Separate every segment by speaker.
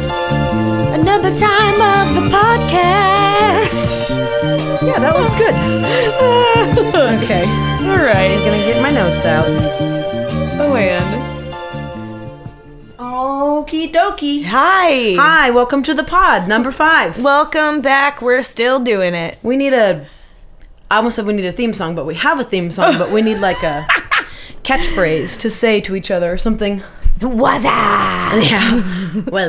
Speaker 1: Another time of the podcast.
Speaker 2: Yeah, that was good. Okay.
Speaker 1: All right.
Speaker 2: I'm gonna get my notes out.
Speaker 1: Oh, and
Speaker 2: Okie dokie.
Speaker 1: hi.
Speaker 2: Hi, welcome to the pod, number five.
Speaker 1: Welcome back. We're still doing it.
Speaker 2: We need a. I almost said we need a theme song, but we have a theme song, but we need like a catchphrase to say to each other or something.
Speaker 1: Was that?
Speaker 2: Yeah. well, uh,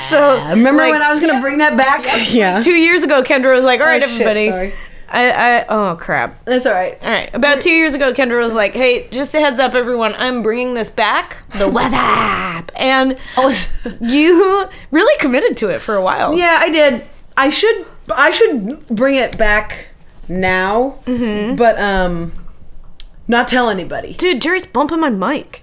Speaker 1: So
Speaker 2: Remember
Speaker 1: like,
Speaker 2: when I was gonna bring that back? Yeah. Oh,
Speaker 1: two years ago, Kendra was like, "All right,
Speaker 2: shit,
Speaker 1: everybody."
Speaker 2: sorry.
Speaker 1: I, I oh crap.
Speaker 2: That's all right.
Speaker 1: All right. About two years ago, Kendra was like, "Hey, just a heads up, everyone. I'm bringing this back, the Oh. weather app." And you really committed to it for a while.
Speaker 2: Yeah, I did. I should I should bring it back now, but um, not tell anybody.
Speaker 1: Dude, Jerry's bumping my mic.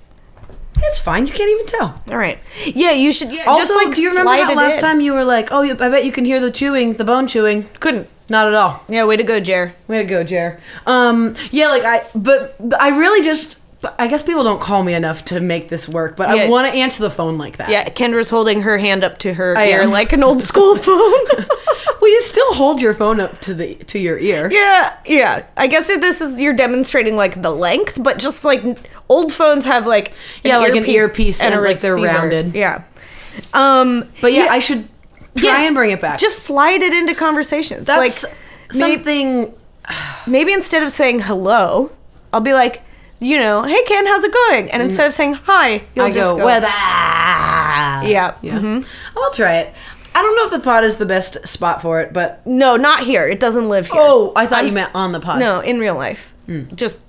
Speaker 2: It's fine. You can't even tell.
Speaker 1: All right. Yeah, you should. Yeah,
Speaker 2: Also,
Speaker 1: just like
Speaker 2: do you remember
Speaker 1: slide
Speaker 2: how
Speaker 1: it
Speaker 2: last
Speaker 1: in.
Speaker 2: time you were like, "Oh, I bet you can hear the chewing, the bone chewing."
Speaker 1: Couldn't.
Speaker 2: Not at all.
Speaker 1: Yeah, way to go, Jer.
Speaker 2: Way to go, Jer. Um, yeah, like I, but, but I really just, but I guess people don't call me enough to make this work. But
Speaker 1: Yeah.
Speaker 2: I want to answer the phone like that.
Speaker 1: Yeah, Kendra's holding her hand up to her
Speaker 2: I
Speaker 1: ear
Speaker 2: am.
Speaker 1: like an old school phone.
Speaker 2: Well, you still hold your phone up to the to your ear.
Speaker 1: yeah, yeah. I guess that this is you're demonstrating like the length, but just like n- old phones have like an
Speaker 2: Yeah, like an earpiece
Speaker 1: a
Speaker 2: and, like, they're
Speaker 1: receiver.
Speaker 2: rounded.
Speaker 1: Yeah. Um,
Speaker 2: But yeah, I should try
Speaker 1: yeah,
Speaker 2: and bring it back.
Speaker 1: Just slide it into conversations.
Speaker 2: that's
Speaker 1: like may-
Speaker 2: something.
Speaker 1: maybe instead of saying hello, I'll be like, you know, hey Ken, how's it going? And instead of saying hi, you'll
Speaker 2: Mm-hmm. I
Speaker 1: just
Speaker 2: go,
Speaker 1: go
Speaker 2: weather.
Speaker 1: Yeah. Mm-hmm.
Speaker 2: Yeah. I'll try it. I don't know if the pod is the best spot for it, but
Speaker 1: No, not here. It doesn't live here.
Speaker 2: oh, I thought
Speaker 1: I'm
Speaker 2: you meant on the pod.
Speaker 1: No, in real life.
Speaker 2: Hmm.
Speaker 1: Just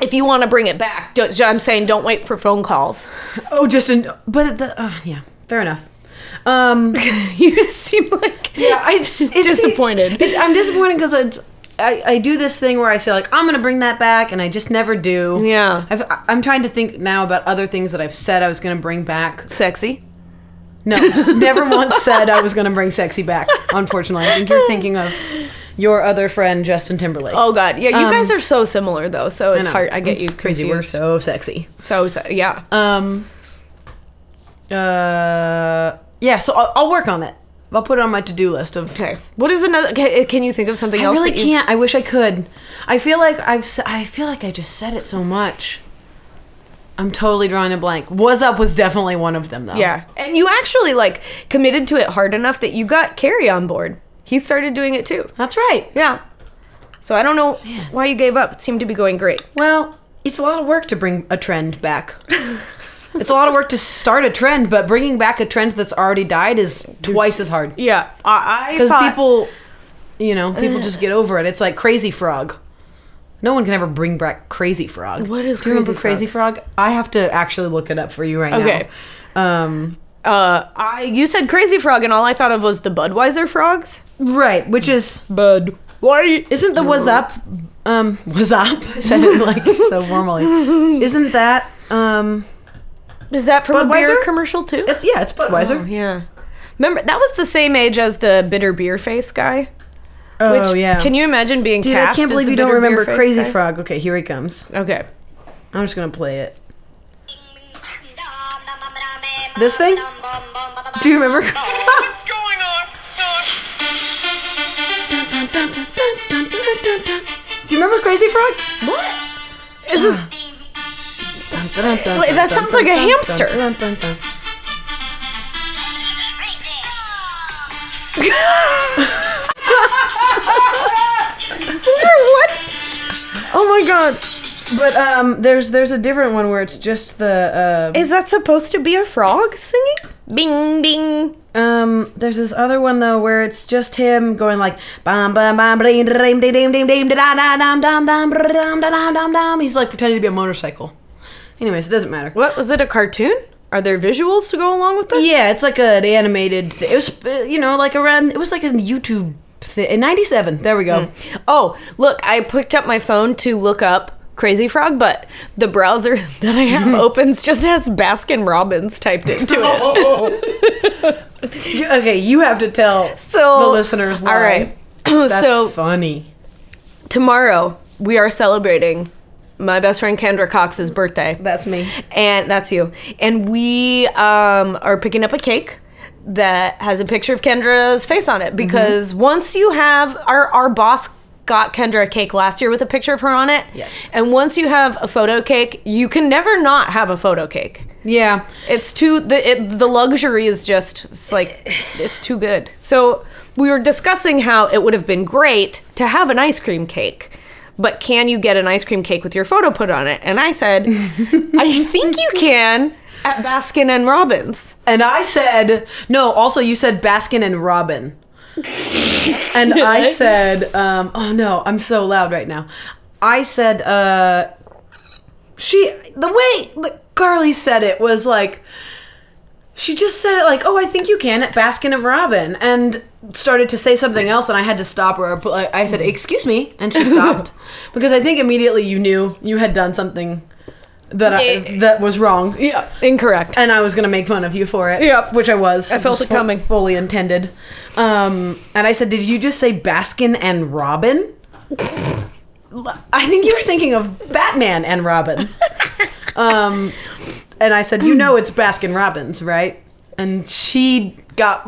Speaker 1: if you want to bring it back, don't, I'm saying don't wait for phone calls.
Speaker 2: Oh, just in. But the uh, yeah, fair enough. Um.
Speaker 1: you just seem like
Speaker 2: Yeah, I just it's-
Speaker 1: Disappointed.
Speaker 2: it- I'm disappointed because I, I do this thing where I say like I'm gonna bring that back, and I just never do.
Speaker 1: Yeah.
Speaker 2: I've, I- I'm trying to think now about other things that I've said I was gonna bring back.
Speaker 1: sexy.
Speaker 2: No, never once said I was gonna bring sexy back. Unfortunately, I think you're thinking of your other friend Justin Timberlake.
Speaker 1: Oh God, yeah. You
Speaker 2: Um,
Speaker 1: guys are so similar though, so it's
Speaker 2: know.
Speaker 1: hard. I get
Speaker 2: It's
Speaker 1: you
Speaker 2: crazy. We're
Speaker 1: confused.
Speaker 2: so sexy.
Speaker 1: so, so yeah.
Speaker 2: Um. Uh. Yeah. So I'll, I'll work on it. I'll put it on my to-do list of
Speaker 1: Okay. What is another? uh, Can, can you think of something
Speaker 2: I
Speaker 1: else?
Speaker 2: really
Speaker 1: that you-
Speaker 2: can't. I wish I could. I feel like I've. s- I feel like I just said it so much. I'm totally drawing a blank. Was up was definitely one of them though.
Speaker 1: Yeah. And you actually like committed to it hard enough that you got Carrie on board. He started doing it too.
Speaker 2: that's right.
Speaker 1: Yeah. So I don't know why you gave up. It seemed to be going great.
Speaker 2: Well, it's a lot of work to bring a trend back. it's a lot of work to start a trend, but bringing back a trend that's already died is twice as hard
Speaker 1: Yeah. I, I
Speaker 2: because
Speaker 1: thought-
Speaker 2: people, you know, people just get over it. It's like Crazy Frog. No one can ever bring back Crazy Frog.
Speaker 1: What is
Speaker 2: Do you remember
Speaker 1: Crazy
Speaker 2: Crazy Frog? I have to actually look it up for you right
Speaker 1: Okay.
Speaker 2: now. Um,
Speaker 1: Uh, I you said crazy frog, and all I thought of was the Budweiser frogs.
Speaker 2: Right, which is
Speaker 1: Bud. Why?
Speaker 2: isn't the was up um was up I said it like so formally. Isn't that um
Speaker 1: Is that from a beer
Speaker 2: Budweiser?
Speaker 1: commercial too?
Speaker 2: it's yeah, it's Budweiser.
Speaker 1: Oh, yeah. Remember that was the same age as the bitter beer face guy.
Speaker 2: Oh, yeah.
Speaker 1: Can you imagine being
Speaker 2: Dude, I
Speaker 1: cast?
Speaker 2: can't
Speaker 1: as
Speaker 2: believe
Speaker 1: the
Speaker 2: you don't
Speaker 1: Bitter Beer
Speaker 2: remember
Speaker 1: Face
Speaker 2: Crazy
Speaker 1: guy?
Speaker 2: Frog. Okay, here he comes.
Speaker 1: Okay.
Speaker 2: I'm just gonna play it.
Speaker 3: This thing?
Speaker 2: Do you remember?
Speaker 4: What's going on?
Speaker 2: Do you remember Crazy Frog? What?
Speaker 1: Is this, Wait, that sounds like a hamster.
Speaker 2: what? Oh my god. But um there's there's a different one where it's just the uh
Speaker 1: is that supposed to be a frog singing? Bing bing.
Speaker 2: Um, there's this other one though where it's just him going like bam bam bam ding ding ding ding ding ding da da dam dam dam brr, dam da dam dam dam. He's like pretending to be a motorcycle. Anyways, it doesn't matter.
Speaker 1: What was it? A cartoon? Are there visuals to go along with that?
Speaker 2: Yeah, it's like an animated. Th- it was uh, you know like around. It was like a YouTube thing in '97. There we go.
Speaker 1: Oh, look, I picked up my phone to look up Crazy Frog, but the browser that I have opens just has Baskin Robbins typed into it.
Speaker 2: You- okay, you have to tell
Speaker 1: So
Speaker 2: the listeners why.
Speaker 1: All right.
Speaker 2: That's
Speaker 1: so
Speaker 2: funny.
Speaker 1: tomorrow we are celebrating my best friend Kendra Cox's birthday.
Speaker 2: That's me.
Speaker 1: and that's you. And we um, are picking up a cake that has a picture of Kendra's face on
Speaker 2: Mm-hmm.
Speaker 1: it because once you have our our boss got Kendra a cake last year with a picture of her on it.
Speaker 2: Yes.
Speaker 1: And once you have a photo cake, you can never not have a photo cake.
Speaker 2: Yeah.
Speaker 1: It's too the it, the luxury is just it's like it's too good. So we were discussing how it would have been great to have an ice cream cake, but can you get an ice cream cake with your photo put on it? And I said, I think you can at Baskin and Robbins.
Speaker 2: And I said, no, also you said Baskin and Robin. and I said, um, oh no, I'm so loud right now. I said, uh, she, the way that Carly said it was like, she just said it like, oh, I think you can at Baskin and Robin. And started to say something else and I had to stop her. I I said, excuse me. And she stopped because I think immediately you knew you had done something that I,
Speaker 1: It-
Speaker 2: that was wrong
Speaker 1: Yeah, incorrect.
Speaker 2: and I was gonna make fun of you for it.
Speaker 1: Yep.
Speaker 2: which I was. I
Speaker 1: felt it coming.
Speaker 2: fully intended. Um, and I said, "Did you just say Baskin and Robin?" I think you were thinking of Batman and Robin. um, and I said, "You know it's Baskin Robbins, right?" And she got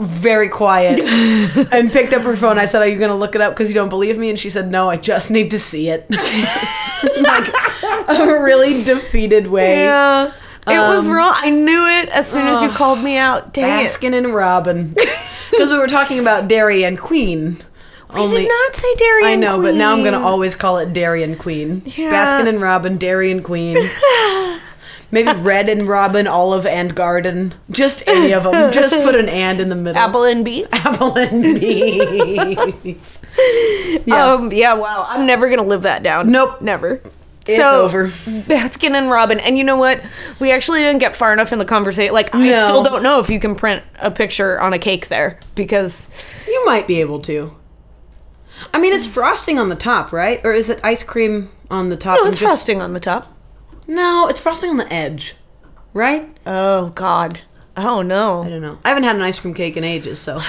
Speaker 2: very quiet and picked up her phone. I said, "Are you gonna look it up because you don't believe me?" And she said, "No, I just need to see it." like a really defeated way.
Speaker 1: yeah. It was
Speaker 2: Um,
Speaker 1: wrong. I knew it as soon as you
Speaker 2: ugh.
Speaker 1: called me out. Dang it.
Speaker 2: Baskin and Robin. Because we were talking about Dairy and Queen.
Speaker 1: We did not say Dairy
Speaker 2: I know, but now I'm going to
Speaker 1: always.
Speaker 2: always call it Dairy and Queen.
Speaker 1: Yeah.
Speaker 2: Baskin and Robin, Dairy and Queen. Maybe Red and Robin, Olive and Garden. Just any of them. Just put an and in the middle.
Speaker 1: Apple and beets.
Speaker 2: Apple and bees. yeah.
Speaker 1: Yeah. Um, yeah, wow. I'm never going to live that down.
Speaker 2: Nope.
Speaker 1: Never.
Speaker 2: It's over.
Speaker 1: Baskin and Robin. And you know what? We actually didn't get far enough in the conversation. Like, I
Speaker 2: No.
Speaker 1: still don't know if you can print a picture on a cake there because
Speaker 2: you might be able to. I mean, it's frosting on the top, right? Or is it ice cream Oh, on the top?
Speaker 1: no,
Speaker 2: and
Speaker 1: it's
Speaker 2: just-
Speaker 1: frosting on the top.
Speaker 2: No, it's frosting on the edge, right?
Speaker 1: Oh, God. Oh,
Speaker 2: I
Speaker 1: no.
Speaker 2: don't know. I haven't had an ice cream cake in ages, so.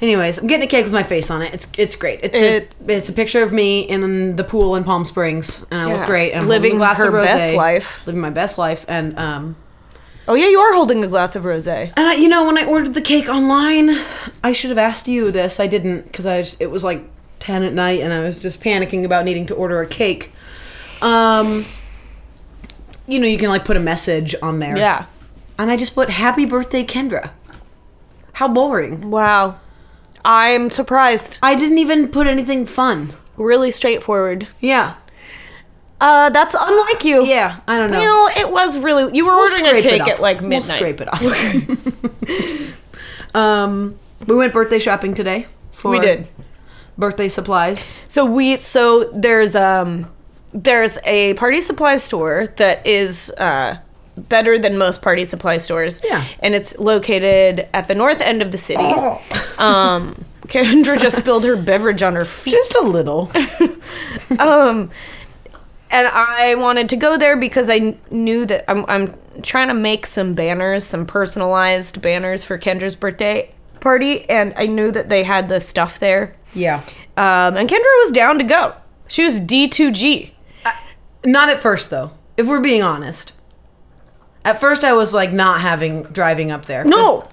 Speaker 2: Anyways, I'm getting a cake with my face on it. It's it's great. It's
Speaker 1: It-
Speaker 2: a, it's a picture of me in the pool in Palm Springs, and I
Speaker 1: Yeah.
Speaker 2: look great. And I'm
Speaker 1: Living
Speaker 2: holding a glass
Speaker 1: her
Speaker 2: of rosé,
Speaker 1: best life.
Speaker 2: living my best life, and um,
Speaker 1: Oh, yeah, you are holding a glass of rose. It
Speaker 2: and I, you know when I ordered the cake online, I should have asked you this. I didn't because I just, it was like ten at night, and I was just panicking about needing to order a cake. Um, you know you can like put a message on there.
Speaker 1: Yeah.
Speaker 2: and I just put "Happy Birthday, Kendra." How boring.
Speaker 1: Wow. I'm surprised.
Speaker 2: I didn't even put anything fun.
Speaker 1: Really straightforward.
Speaker 2: Yeah.
Speaker 1: Uh, that's unlike you.
Speaker 2: Yeah. I don't know.
Speaker 1: You know, it was really. You were ordering a
Speaker 2: scrape it
Speaker 1: cake
Speaker 2: off.
Speaker 1: at like
Speaker 2: We'll
Speaker 1: midnight.
Speaker 2: scrape it off. um, we went birthday shopping today. For
Speaker 1: We did.
Speaker 2: Birthday supplies.
Speaker 1: So we so there's um there's a party supply store that is uh better than most party supply stores.
Speaker 2: Yeah.
Speaker 1: And it's located at the north end of the city. Um Kendra just spilled her beverage on her feet.
Speaker 2: Just a little.
Speaker 1: Um and I wanted to go there because I kn- knew that I'm I'm trying to make some banners, some personalized banners for Kendra's birthday party and I knew that they had the stuff there.
Speaker 2: yeah.
Speaker 1: Um, and Kendra was down to go. She was D2G.
Speaker 2: Not at first though. If we're being honest. At first I was like not having driving up there.
Speaker 1: No,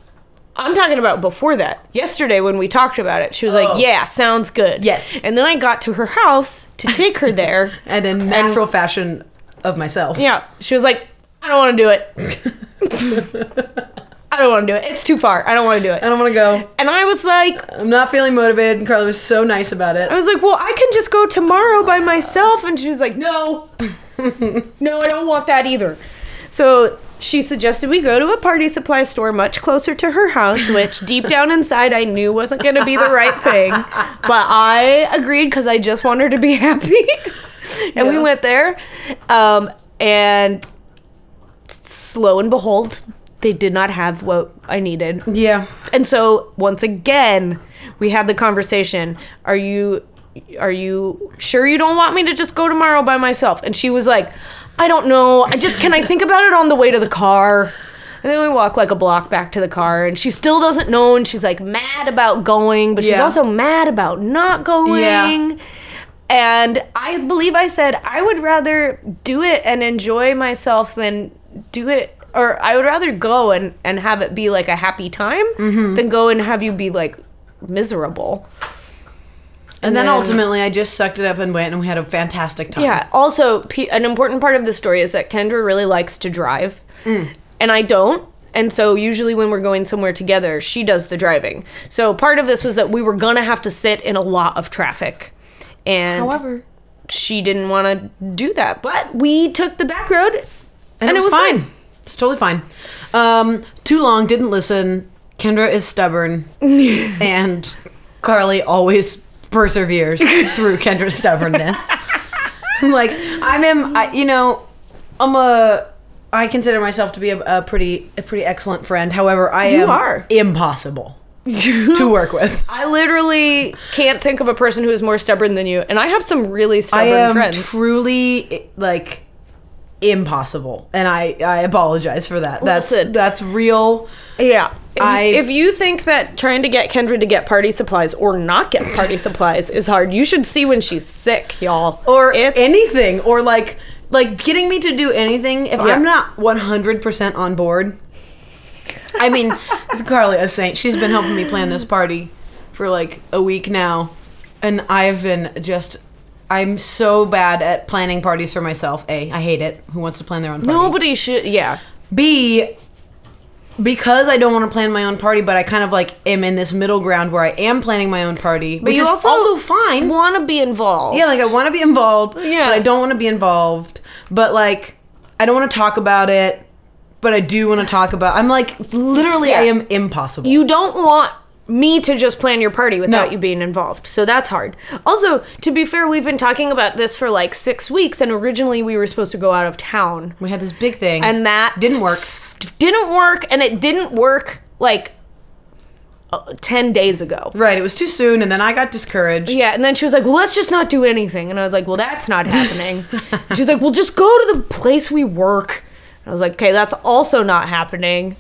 Speaker 1: I'm talking about before that. Yesterday when we talked about it, she was
Speaker 2: Oh.
Speaker 1: like, "Yeah, sounds good."
Speaker 2: Yes.
Speaker 1: And then I got to her house to take her there.
Speaker 2: And in natural fashion of myself.
Speaker 1: yeah, she was like, "I don't want to do it. I don't want to do it. It's too far. I don't want to do
Speaker 2: I
Speaker 1: it."
Speaker 2: don't want to go.
Speaker 1: And I was like,
Speaker 2: I'm not feeling motivated. And Carly was so nice about it.
Speaker 1: I was like, "Well, I can just go tomorrow by myself." And she was like, "No, no, I don't want that either." So she suggested we go to a party supply store much closer to her house, which deep down inside I knew wasn't going to be the right thing, but I agreed because I just want her to be happy. and we
Speaker 2: Yeah.
Speaker 1: went there, um, and slow and behold, they did not have what I needed.
Speaker 2: Yeah.
Speaker 1: And so once again, we had the conversation. Are you are you sure you don't want me to just go tomorrow by myself? And she was like, I don't know. I just can I think about it on the way to the car? And then we walk like a block back to the car and she still doesn't know and she's like mad about going, but she's
Speaker 2: Yeah.
Speaker 1: also mad about not going.
Speaker 2: Yeah.
Speaker 1: And I believe I said I would rather do it and enjoy myself than do it or I would rather go and and have it be like a happy time than go and have you be like miserable.
Speaker 2: And then
Speaker 1: then-
Speaker 2: ultimately, I just sucked it up and went, and we had a fantastic time.
Speaker 1: Yeah. Also, P- an important part of the story is that Kendra really likes to drive,
Speaker 2: Mm.
Speaker 1: and I don't. And so, usually, when we're going somewhere together, she does the driving. So, part of this was that we were gonna have to sit in a lot of traffic, and
Speaker 2: However,
Speaker 1: she didn't want to do that. But we took the back road, and,
Speaker 2: and, it, was, fine. It's totally fine. Um, too long, didn't listen. Kendra is stubborn, and Carly always perseveres through Kendra's stubbornness. like I'm, am, I, you know, I'm a. I consider myself to be a, a pretty, a pretty excellent friend. However, I
Speaker 1: You
Speaker 2: am
Speaker 1: are.
Speaker 2: impossible to work with.
Speaker 1: I literally can't think of a person who is more stubborn than you, and I have some really
Speaker 2: I
Speaker 1: stubborn
Speaker 2: am
Speaker 1: friends.
Speaker 2: truly like impossible, and I, I apologize for that. That's
Speaker 1: Listen.
Speaker 2: that's real.
Speaker 1: Yeah. If,
Speaker 2: I-
Speaker 1: if you think that trying to get Kendra to get party supplies or not get party supplies is hard, you should see when she's sick, y'all.
Speaker 2: or
Speaker 1: It's-
Speaker 2: anything or like like getting me to do anything if
Speaker 1: Yeah.
Speaker 2: i'm not 100% on board i mean it's carly a saint she's been helping me plan this party for like a week now and i've been just i'm so bad at planning parties for myself a i hate it who wants to plan their own party
Speaker 1: Nobody should. Yeah.
Speaker 2: B, because I don't want to plan my own party, but I kind of like am in this middle ground where I am planning my own party, which
Speaker 1: you
Speaker 2: is
Speaker 1: also-
Speaker 2: also, fine.
Speaker 1: Want to be involved.
Speaker 2: Yeah, like I want to be involved,
Speaker 1: Yeah.
Speaker 2: but I don't want to be involved. But like, I don't want to talk about it, but I do want to talk about. I'm like, literally, I
Speaker 1: Yeah.
Speaker 2: am impossible.
Speaker 1: You don't want me to just plan your party without
Speaker 2: No.
Speaker 1: you being involved. So that's hard. Also, to be fair, we've been talking about this for like six weeks, and originally we were supposed to go out of town.
Speaker 2: we had this big thing,
Speaker 1: And that
Speaker 2: didn't work.
Speaker 1: didn't work, and it didn't work like uh, 10 days ago.
Speaker 2: Right, it was too soon, and then I got discouraged.
Speaker 1: Yeah, and then she was like, "Well, let's just not do anything." And I was like, "Well, that's not happening." She's like, "Well, just go to the place we work." And I was like, "Okay, that's also not happening."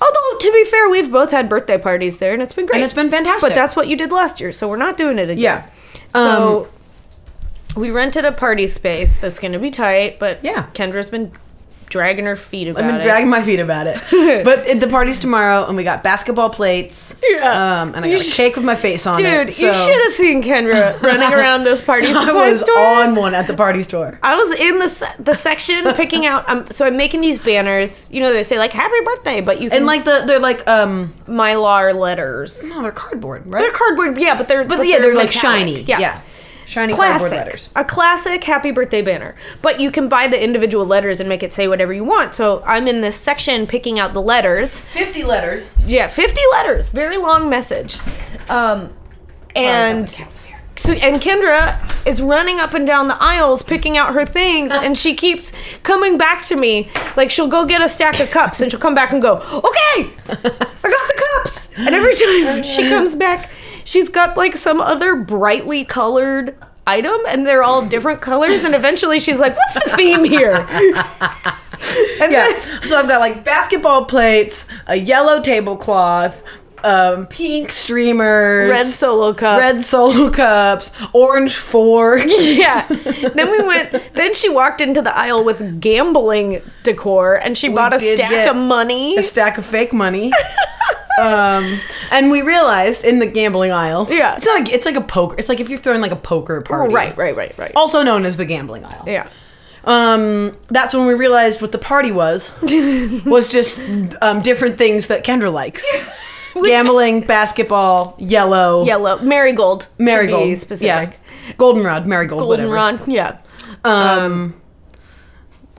Speaker 1: Although to be fair, we've both had birthday parties there, and it's been great,
Speaker 2: And it's been fantastic.
Speaker 1: But that's what you did last year, so we're not doing it again.
Speaker 2: yeah,
Speaker 1: So
Speaker 2: Um,
Speaker 1: we rented a party space that's going to be tight, but
Speaker 2: Yeah.
Speaker 1: Kendra's been dragging her feet about
Speaker 2: I've been
Speaker 1: it.
Speaker 2: dragging my feet about it. but it, the party's tomorrow, and we got basketball plates.
Speaker 1: Yeah.
Speaker 2: Um, and I
Speaker 1: You
Speaker 2: got
Speaker 1: sh-
Speaker 2: a cake with my face on it.
Speaker 1: Dude, you
Speaker 2: so-
Speaker 1: should have seen Kendra running around this party
Speaker 2: I
Speaker 1: supply
Speaker 2: was
Speaker 1: store.
Speaker 2: on one at the party store.
Speaker 1: I was in the se- the section picking out. Um, so I'm making these banners. You know, they say like "Happy Birthday," but you can
Speaker 2: And like the they're like um
Speaker 1: mylar letters.
Speaker 2: no Oh, they're cardboard right
Speaker 1: They're cardboard, yeah, but they're but,
Speaker 2: yeah they're like
Speaker 1: metallic.
Speaker 2: shiny yeah, shiny
Speaker 1: Classic,
Speaker 2: cardboard letters
Speaker 1: a classic happy birthday banner. But you can buy the individual letters and make it say whatever you want. So I'm in this section picking out the letters.
Speaker 2: fifty letters
Speaker 1: Yeah, 50 letters, very long message. Um, and So and Kendra is running up and down the aisles picking out her things and she keeps coming back to me. Like she'll go get a stack of cups and she'll come back and go, "Okay. I got the cups." And every time she comes back, she's got like some other brightly colored item and they're all different colors and eventually she's like, "What's the theme here?" and
Speaker 2: yeah
Speaker 1: then
Speaker 2: so I've got like basketball plates a yellow tablecloth um pink streamers
Speaker 1: red solo cups.
Speaker 2: red solo cups orange fork
Speaker 1: Yeah. then we went. Then she walked into the aisle with gambling decor, and she bought a
Speaker 2: did
Speaker 1: stack
Speaker 2: get
Speaker 1: of money.
Speaker 2: a stack of fake money. um, and we realized in the gambling aisle,
Speaker 1: Yeah.
Speaker 2: it's not. A, it's like a poker. It's like if you're throwing like a poker party,
Speaker 1: right, right, right, right.
Speaker 2: Also known as the gambling aisle.
Speaker 1: yeah.
Speaker 2: Um, that's when we realized what the party was was just um, different things that Kendra likes. Gambling, basketball, yellow,
Speaker 1: Yellow marigold. to be
Speaker 2: marigold,
Speaker 1: specific.
Speaker 2: yeah, goldenrod, marigold, whatever.
Speaker 1: Goldenrod. Yeah.
Speaker 2: Um,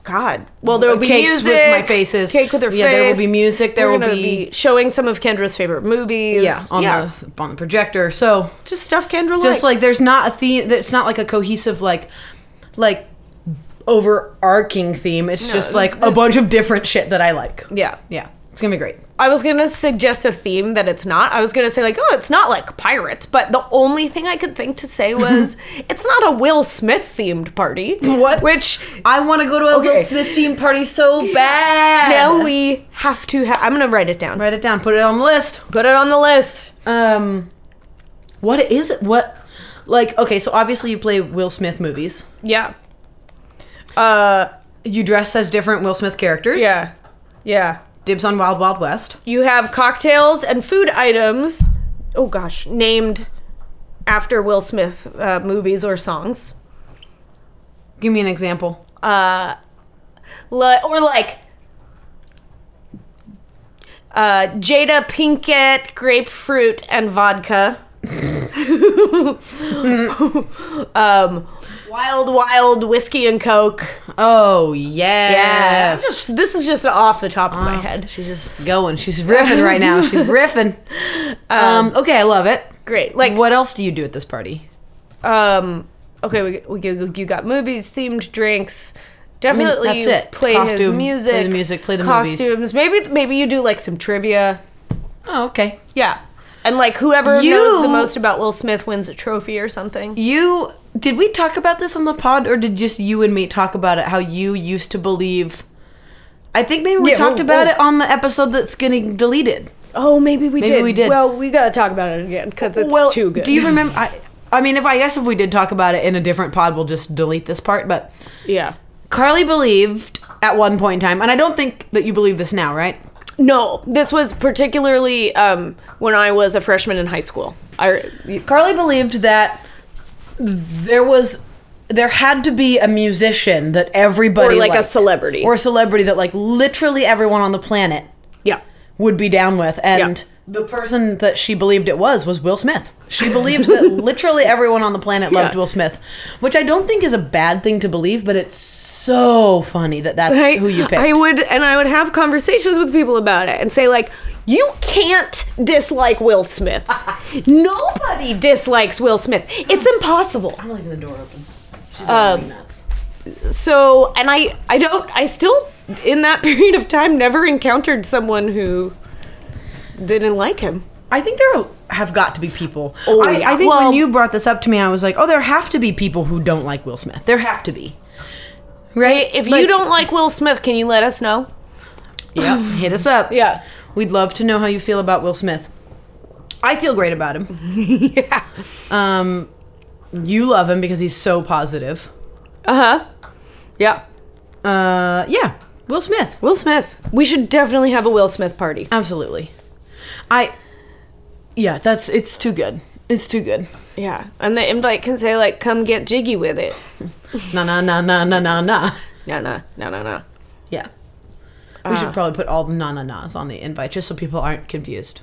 Speaker 1: God. Well, there will be
Speaker 2: cakes
Speaker 1: music
Speaker 2: with my faces.
Speaker 1: Cake with her
Speaker 2: Yeah,
Speaker 1: face.
Speaker 2: there will be music. There
Speaker 1: We're
Speaker 2: will
Speaker 1: gonna
Speaker 2: be-
Speaker 1: showing some of Kendra's favorite movies.
Speaker 2: yeah, on the on the projector. So
Speaker 1: just stuff Kendra likes.
Speaker 2: just like there's not a theme it's not like a cohesive like like overarching theme it's
Speaker 1: No,
Speaker 2: just like a bunch of different shit that i like
Speaker 1: yeah.
Speaker 2: yeah it's gonna be great
Speaker 1: I was gonna suggest a theme that it's not. I was gonna say like, oh, it's not like pirates, but the only thing I could think to say was it's not a Will Smith themed party.
Speaker 2: What?
Speaker 1: Which
Speaker 2: i want to go to a
Speaker 1: Okay.
Speaker 2: theme party so bad
Speaker 1: now we have to. Ha- I'm gonna write it down.
Speaker 2: write it down put it on the list
Speaker 1: Put it on the list.
Speaker 2: um what is it what Like, okay, so obviously you play Will Smith movies.
Speaker 1: Yeah. Uh,
Speaker 2: You dress as different Will Smith characters.
Speaker 1: yeah. Yeah.
Speaker 2: Dibs on Wild Wild West.
Speaker 1: You have cocktails and food items. Oh gosh, named after Will Smith uh, movies or songs,
Speaker 2: Give me an example.
Speaker 1: Li- or like uh, Jada Pinkett, grapefruit and vodka. um, wild, wild whiskey and coke.
Speaker 2: Oh yes. Ah.
Speaker 1: Yes, this is just off the top of my head.
Speaker 2: She's just going. She's riffing right now. She's riffing. Um, okay, I love it.
Speaker 1: Great, like
Speaker 2: what else do you do at this party?
Speaker 1: Um. Okay, we, we go- you got movies, themed drinks. Definitely,
Speaker 2: that's
Speaker 1: you
Speaker 2: it.
Speaker 1: play his
Speaker 2: Costume,
Speaker 1: music.
Speaker 2: play the music, play the movies.
Speaker 1: costumes. Maybe maybe you do like some trivia.
Speaker 2: Oh, okay.
Speaker 1: Yeah, and like whoever
Speaker 2: You-
Speaker 1: knows the most about Will Smith wins a trophy or something.
Speaker 2: You did we talk about this on the pod, or did just you and me talk about it? How you used to believe? I think maybe we
Speaker 1: Yeah,
Speaker 2: talked
Speaker 1: oh,
Speaker 2: about
Speaker 1: oh.
Speaker 2: it on the episode that's getting deleted.
Speaker 1: Oh, maybe we
Speaker 2: Maybe
Speaker 1: did.
Speaker 2: we did.
Speaker 1: Well, we gotta talk about it again because it's
Speaker 2: well,
Speaker 1: too good.
Speaker 2: do you remember? I, I mean, if I guess if we did talk about it in a different pod, we'll just delete this part. But
Speaker 1: yeah.
Speaker 2: Carly believed at one point in time, and I don't think that you believe this now, right?
Speaker 1: No, this was particularly um, when I was a freshman in high school. I
Speaker 2: Carly believed that there was there had to be a musician that everybody
Speaker 1: Or like a
Speaker 2: liked.
Speaker 1: celebrity.
Speaker 2: or a celebrity that like literally everyone on the planet
Speaker 1: yeah.
Speaker 2: would be down with and the person that she believed it was was Will Smith. She believed that literally everyone on the planet loved
Speaker 1: Yeah.
Speaker 2: Will Smith, which I don't think is a bad thing to believe, but it's so funny that that's
Speaker 1: I,
Speaker 2: who you picked.
Speaker 1: I would, and I would have conversations with people about it and say, like, you can't dislike Will Smith. Nobody dislikes Will Smith. It's impossible.
Speaker 2: I'm leaving the door open. She's
Speaker 1: Uh,
Speaker 2: nuts.
Speaker 1: So, and I, I don't, I still, in that period of time, never encountered someone who didn't like him.
Speaker 2: I think there have got to be people.
Speaker 1: Oh,
Speaker 2: I,
Speaker 1: yeah.
Speaker 2: I think
Speaker 1: Well-
Speaker 2: when you brought this up to me, I was like, oh, there have to be people who don't like Will Smith. There have to be.
Speaker 1: Right? If you
Speaker 2: Like-
Speaker 1: don't like Will Smith, can you let us know?
Speaker 2: Yeah. Hit us up.
Speaker 1: Yeah.
Speaker 2: We'd love to know how you feel about Will Smith. I feel great about him.
Speaker 1: yeah.
Speaker 2: Um, you love him because he's so positive.
Speaker 1: Uh huh. Yeah.
Speaker 2: Uh, yeah. Will Smith.
Speaker 1: Will Smith. We should definitely have a Will Smith party.
Speaker 2: Absolutely. I. Yeah, that's it's too good. It's too good.
Speaker 1: Yeah. And the invite can say, like, come get jiggy with it.
Speaker 2: Na na na na na na na.
Speaker 1: No, no, no, no, no.
Speaker 2: Yeah. We should probably put all the na na nas on the invite just so people aren't confused.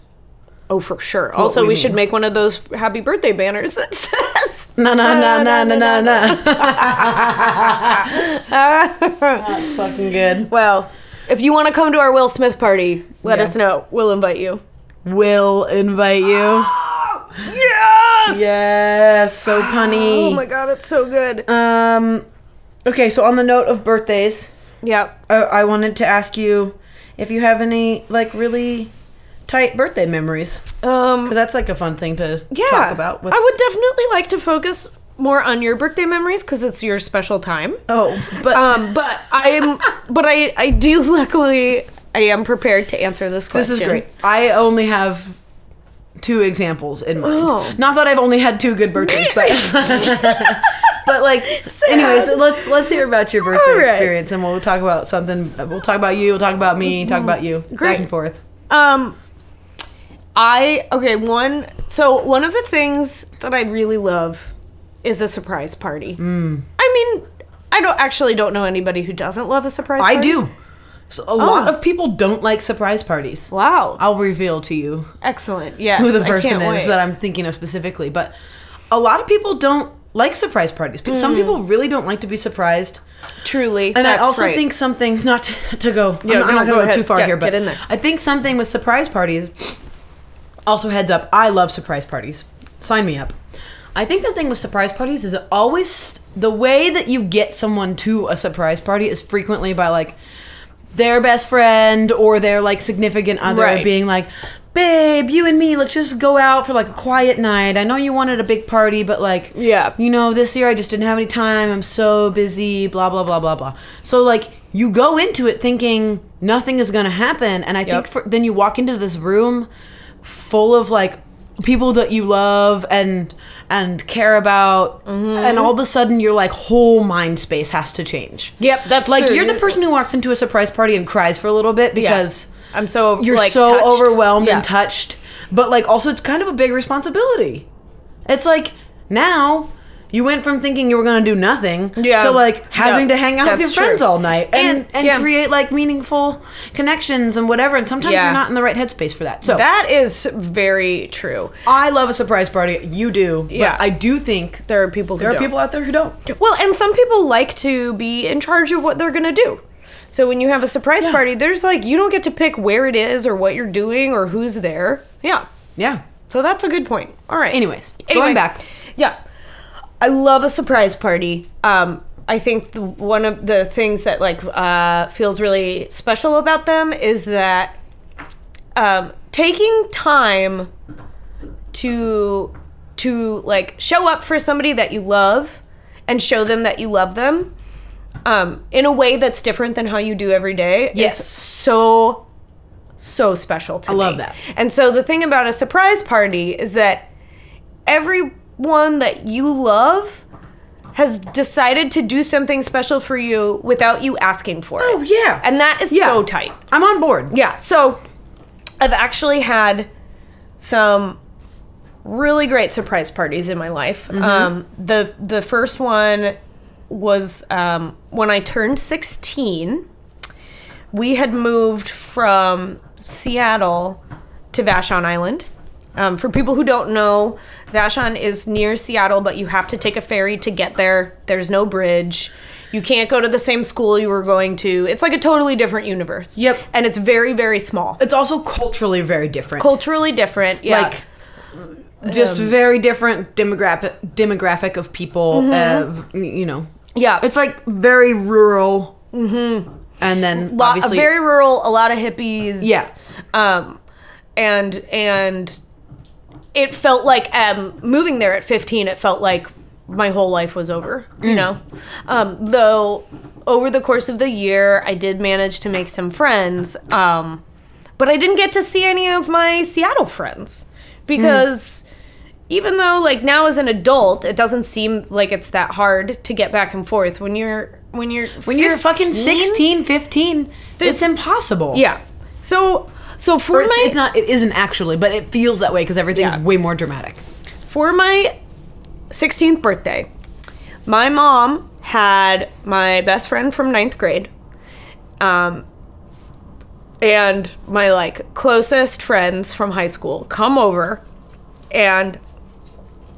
Speaker 1: Oh, for sure. also,
Speaker 2: we
Speaker 1: we, should
Speaker 2: mean.
Speaker 1: make one of those happy birthday banners that says.
Speaker 2: Na na na na na na na. That's fucking good.
Speaker 1: Well, if you want to come to our Will Smith party, let
Speaker 2: Yeah.
Speaker 1: us know. We'll invite you.
Speaker 2: Will invite you.
Speaker 1: Yes!
Speaker 2: Yes, so punny.
Speaker 1: Oh my god, it's so good.
Speaker 2: Um, okay, so on the note of birthdays,
Speaker 1: Yeah.
Speaker 2: I, I wanted to ask you if you have any like really tight birthday memories
Speaker 1: Um,
Speaker 2: because that's like a fun thing to
Speaker 1: yeah.
Speaker 2: talk about. With,
Speaker 1: I would definitely like to focus more on your birthday memories because it's your special time.
Speaker 2: oh, but
Speaker 1: Um, but I'm, but I, I do luckily, I am prepared to answer this
Speaker 2: this
Speaker 1: question.
Speaker 2: is great. I only have two exables in mind.
Speaker 1: Oh.
Speaker 2: Not that I've only had two good birthdays, but but like anyways, let's let's hear about your birthday
Speaker 1: All right.
Speaker 2: experience and we'll talk about something. We'll talk about you. We'll talk about me. Talk about you.
Speaker 1: Mm-hmm. Great.
Speaker 2: Back and forth.
Speaker 1: Um, I okay. One so one of the things that I really love is a surprise party.
Speaker 2: Mm.
Speaker 1: I mean, I don't actually don't know anybody who doesn't love a surprise.
Speaker 2: I
Speaker 1: party.
Speaker 2: do. Oh. So a lot of people don't like surprise parties.
Speaker 1: Wow,
Speaker 2: I'll reveal to you
Speaker 1: excellent. Yeah,
Speaker 2: who the person is that I'm thinking of specifically, but a lot of people don't like surprise parties. But Some people really don't like to be surprised.
Speaker 1: truly.
Speaker 2: And
Speaker 1: that's
Speaker 2: I also
Speaker 1: right.
Speaker 2: think something not to, to go.
Speaker 1: Yeah,
Speaker 2: I'm, I'm
Speaker 1: no, go
Speaker 2: not going to go
Speaker 1: ahead.
Speaker 2: too far
Speaker 1: Yeah,
Speaker 2: here, but
Speaker 1: get in there.
Speaker 2: I think something with surprise parties. Also, heads up, I love surprise parties. Sign me up. I think the thing with surprise parties is it always the way that you get someone to a surprise party is frequently by like their best friend or their like significant other
Speaker 1: Right.
Speaker 2: being like, "Babe, you and me, let's just go out for like a quiet night. I know you wanted a big party, but like,
Speaker 1: Yeah.
Speaker 2: you know, this year I just didn't have any time. I'm so busy, blah, blah, blah, blah, blah. So, like, you go into it thinking nothing is going to happen. And I
Speaker 1: Yep.
Speaker 2: think for, then you walk into this room full of like people that you love and and care about
Speaker 1: Mm-hmm.
Speaker 2: and all of a sudden your like whole mind space has to change
Speaker 1: Yep, that's
Speaker 2: like
Speaker 1: true.
Speaker 2: you're the person who walks into a surprise party and cries for a little bit because
Speaker 1: I'm so
Speaker 2: you're
Speaker 1: like,
Speaker 2: so
Speaker 1: touched.
Speaker 2: overwhelmed
Speaker 1: Yeah.
Speaker 2: and touched but like also it's kind of a big responsibility it's like now you went from thinking you were going to do nothing
Speaker 1: Yeah.
Speaker 2: to like having
Speaker 1: No,
Speaker 2: to hang out with your
Speaker 1: that's
Speaker 2: friends
Speaker 1: true.
Speaker 2: all night and and,
Speaker 1: And- yeah.
Speaker 2: create like meaningful connections and whatever and sometimes
Speaker 1: Yeah.
Speaker 2: you're not in the right headspace for that so
Speaker 1: That is very true.
Speaker 2: I love a surprise party. You do.
Speaker 1: Yeah.
Speaker 2: But I do think there,
Speaker 1: There are people. Who
Speaker 2: there are
Speaker 1: don't.
Speaker 2: people out there who don't.
Speaker 1: Well, and some people like to be in charge of what they're going to do. So when you have a surprise
Speaker 2: Yeah.
Speaker 1: party, there's like you don't get to pick where it is or what you're doing or who's there. Yeah.
Speaker 2: Yeah.
Speaker 1: So that's a good point. All right.
Speaker 2: Anyways, going back.
Speaker 1: Yeah. I love a surprise party. Um I think the, one of the things that like uh, feels really special about them is that um, taking time to to like show up for somebody that you love and show them that you love them um, in a way that's different than how you do every day
Speaker 2: Yes.
Speaker 1: is so so special to I
Speaker 2: love that.
Speaker 1: And so the thing about a surprise party is that everyone that you love has decided to do something special for you without you asking for it.
Speaker 2: Oh, yeah.
Speaker 1: And that is
Speaker 2: Yeah.
Speaker 1: so tight.
Speaker 2: I'm on board.
Speaker 1: Yeah. So I've actually had some really great surprise parties in my life. Um, the the first one was um, when I turned 16. We had moved from Seattle to Vashon Island. Um, for people who don't know, Vashon is near Seattle, but you have to take a ferry to get there. There's no bridge. You can't go to the same school you were going to. It's like a totally different universe.
Speaker 2: Yep.
Speaker 1: And it's very, very small.
Speaker 2: It's also culturally very different. Um,
Speaker 1: Culturally different. Yeah.
Speaker 2: Like just very different demographic demographic of people. Uh, v- you know,
Speaker 1: yeah.
Speaker 2: it's like very rural. Mm-hmm. And then
Speaker 1: lot,
Speaker 2: obviously,
Speaker 1: very rural, a lot of hippies.
Speaker 2: Yeah.
Speaker 1: Um, and and it felt like um, moving there at 15. It felt like my whole life was over. You
Speaker 2: Mm.
Speaker 1: know, um, though over the course of the year, I did manage to make some friends. Um, but I didn't get to see any of my Seattle friends because even though like now as an adult it doesn't seem like it's that hard to get back and forth when you're when you're
Speaker 2: when you're fucking 16, 15, it's
Speaker 1: There's-
Speaker 2: impossible.
Speaker 1: yeah. So so for
Speaker 2: Or it's,
Speaker 1: my
Speaker 2: it's not. It isn't actually, but it feels that way because everything's
Speaker 1: Yeah.
Speaker 2: way more dramatic.
Speaker 1: for my 16th birthday, my mom had my best friend from ninth grade, um, and my like closest friends from high school come over and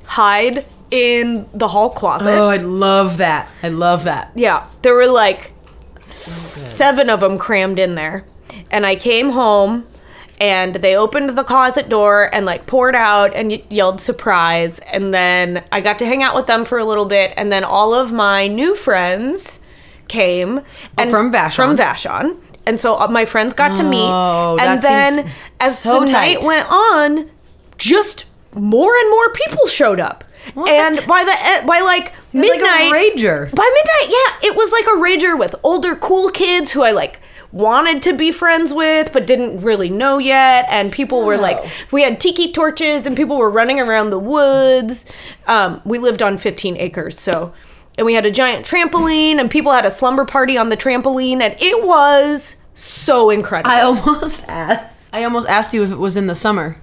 Speaker 1: hide in the hall closet.
Speaker 2: Oh, I love that. I love that.
Speaker 1: Yeah, there were like seven of them crammed in there. And I came home and they opened the closet door and like poured out and y- yelled surprise. And then I got to hang out with them for a little bit. And then all of my new friends came and
Speaker 2: Oh, from Vashon.
Speaker 1: From Vashon. And so all my friends got to meet.
Speaker 2: Oh,
Speaker 1: and
Speaker 2: that seems
Speaker 1: then as
Speaker 2: so
Speaker 1: the
Speaker 2: tight.
Speaker 1: night went on, just more and more people showed up.
Speaker 2: What?
Speaker 1: And by the e- by like
Speaker 2: like a
Speaker 1: midnight
Speaker 2: rager.
Speaker 1: by midnight, yeah, it was like a rager with older, cool kids who I like wanted to be friends with but didn't really know yet. And people were like, we had tiki torches and people were running around the woods. Um, we lived on 15 acres, so. And we had a giant trampoline, and people had a slumber party on the trampoline, and it was so incredible.
Speaker 2: I almost asked. I almost asked you if it was in the summer,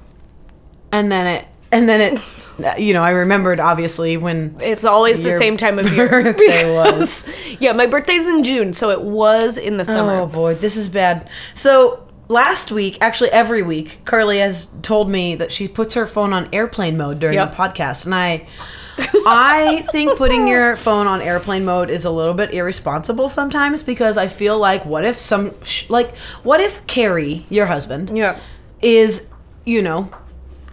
Speaker 2: and then it, and then it, you know, I remembered obviously when
Speaker 1: it's always the
Speaker 2: Your
Speaker 1: same time of year.
Speaker 2: birthday was.
Speaker 1: Because- Yeah, my birthday's in June, so it was in the summer.
Speaker 2: Oh boy, this is bad. So last week, actually every week, Carly has told me that she puts her phone on airplane mode during
Speaker 1: Yep.
Speaker 2: the podcast, and I, I think putting your phone on airplane mode is a little bit irresponsible sometimes because I feel like what if some sh- like what if Carrie, your husband,
Speaker 1: Yeah.
Speaker 2: is you know,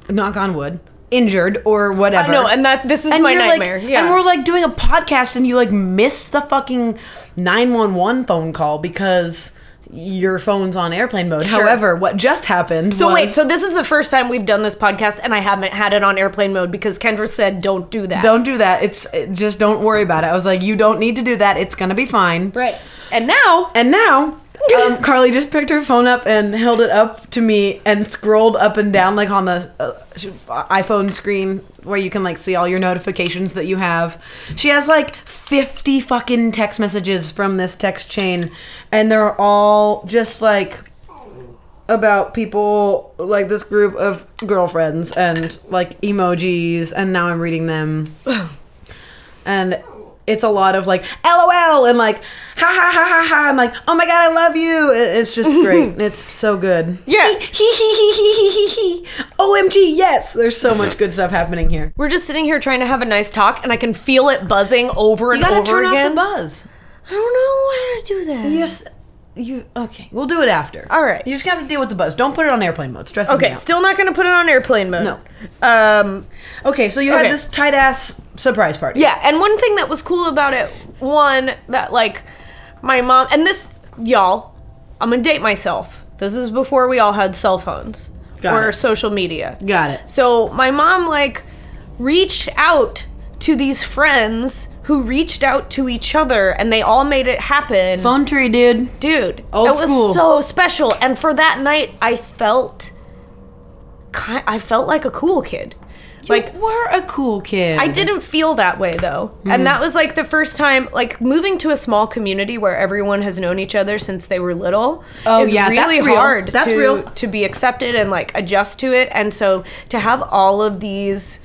Speaker 2: knock on wood, injured or whatever.
Speaker 1: I know, and that this is my
Speaker 2: you're,
Speaker 1: nightmare.
Speaker 2: Like,
Speaker 1: yeah.
Speaker 2: And we're like doing a podcast and you like miss the fucking 911 phone call because your phone's on airplane mode.
Speaker 1: Sure.
Speaker 2: However, what just happened
Speaker 1: So
Speaker 2: was,
Speaker 1: wait, so this is the first time we've done this podcast, and I haven't had it on airplane mode because Kendra said, "Don't do that."
Speaker 2: don't do that. It's it- just don't worry about it. I was like, you don't need to do that. It's going to be fine.
Speaker 1: Right. And now,
Speaker 2: And now um, Carly just picked her phone up and held it up to me and scrolled up and down like on the uh, sh- iPhone screen where you can like see all your notifications that you have. She has like 50 fucking text messages from this text chain and they're all just like about people like this group of girlfriends and like emojis and now I'm reading them and it's a lot of like lol and like ha ha ha ha ha and like oh my god i love you It- it's just great it's so good
Speaker 1: Yeah.
Speaker 2: he he he he he he he omg yes there's so much good stuff happening here
Speaker 1: We're just sitting here trying to have a nice talk, and I can feel it buzzing over and over again.
Speaker 2: buzz
Speaker 1: I don't know how to do that.
Speaker 2: yes you okay we'll do it after
Speaker 1: All right.
Speaker 2: you just gotta deal with the buzz don't put it on airplane mode stress me
Speaker 1: Okay,
Speaker 2: out.
Speaker 1: still not gonna put it on airplane mode.
Speaker 2: No.
Speaker 1: Um,
Speaker 2: okay so you
Speaker 1: Okay.
Speaker 2: had this tight ass surprise party
Speaker 1: yeah, and one thing that was cool about it, one that like my mom and this y'all, I'm gonna date myself. This is before we all had cell phones
Speaker 2: Got
Speaker 1: or
Speaker 2: it.
Speaker 1: social media.
Speaker 2: got it
Speaker 1: So my mom like reached out to these friends who reached out to each other and they all made it happen.
Speaker 2: phone tree dude
Speaker 1: Dude,
Speaker 2: Old
Speaker 1: it was
Speaker 2: school.
Speaker 1: so special and for that night I felt ki- I felt like a cool kid. like
Speaker 2: like we're a cool kid
Speaker 1: I didn't feel that way though.
Speaker 2: Mm-hmm.
Speaker 1: And that was like the first time like moving to a small community where everyone has known each other since they were little
Speaker 2: Oh,
Speaker 1: is
Speaker 2: yeah, that's
Speaker 1: really
Speaker 2: real.
Speaker 1: hard
Speaker 2: That's
Speaker 1: to,
Speaker 2: real.
Speaker 1: to be accepted and like adjust to it. And so to have all of these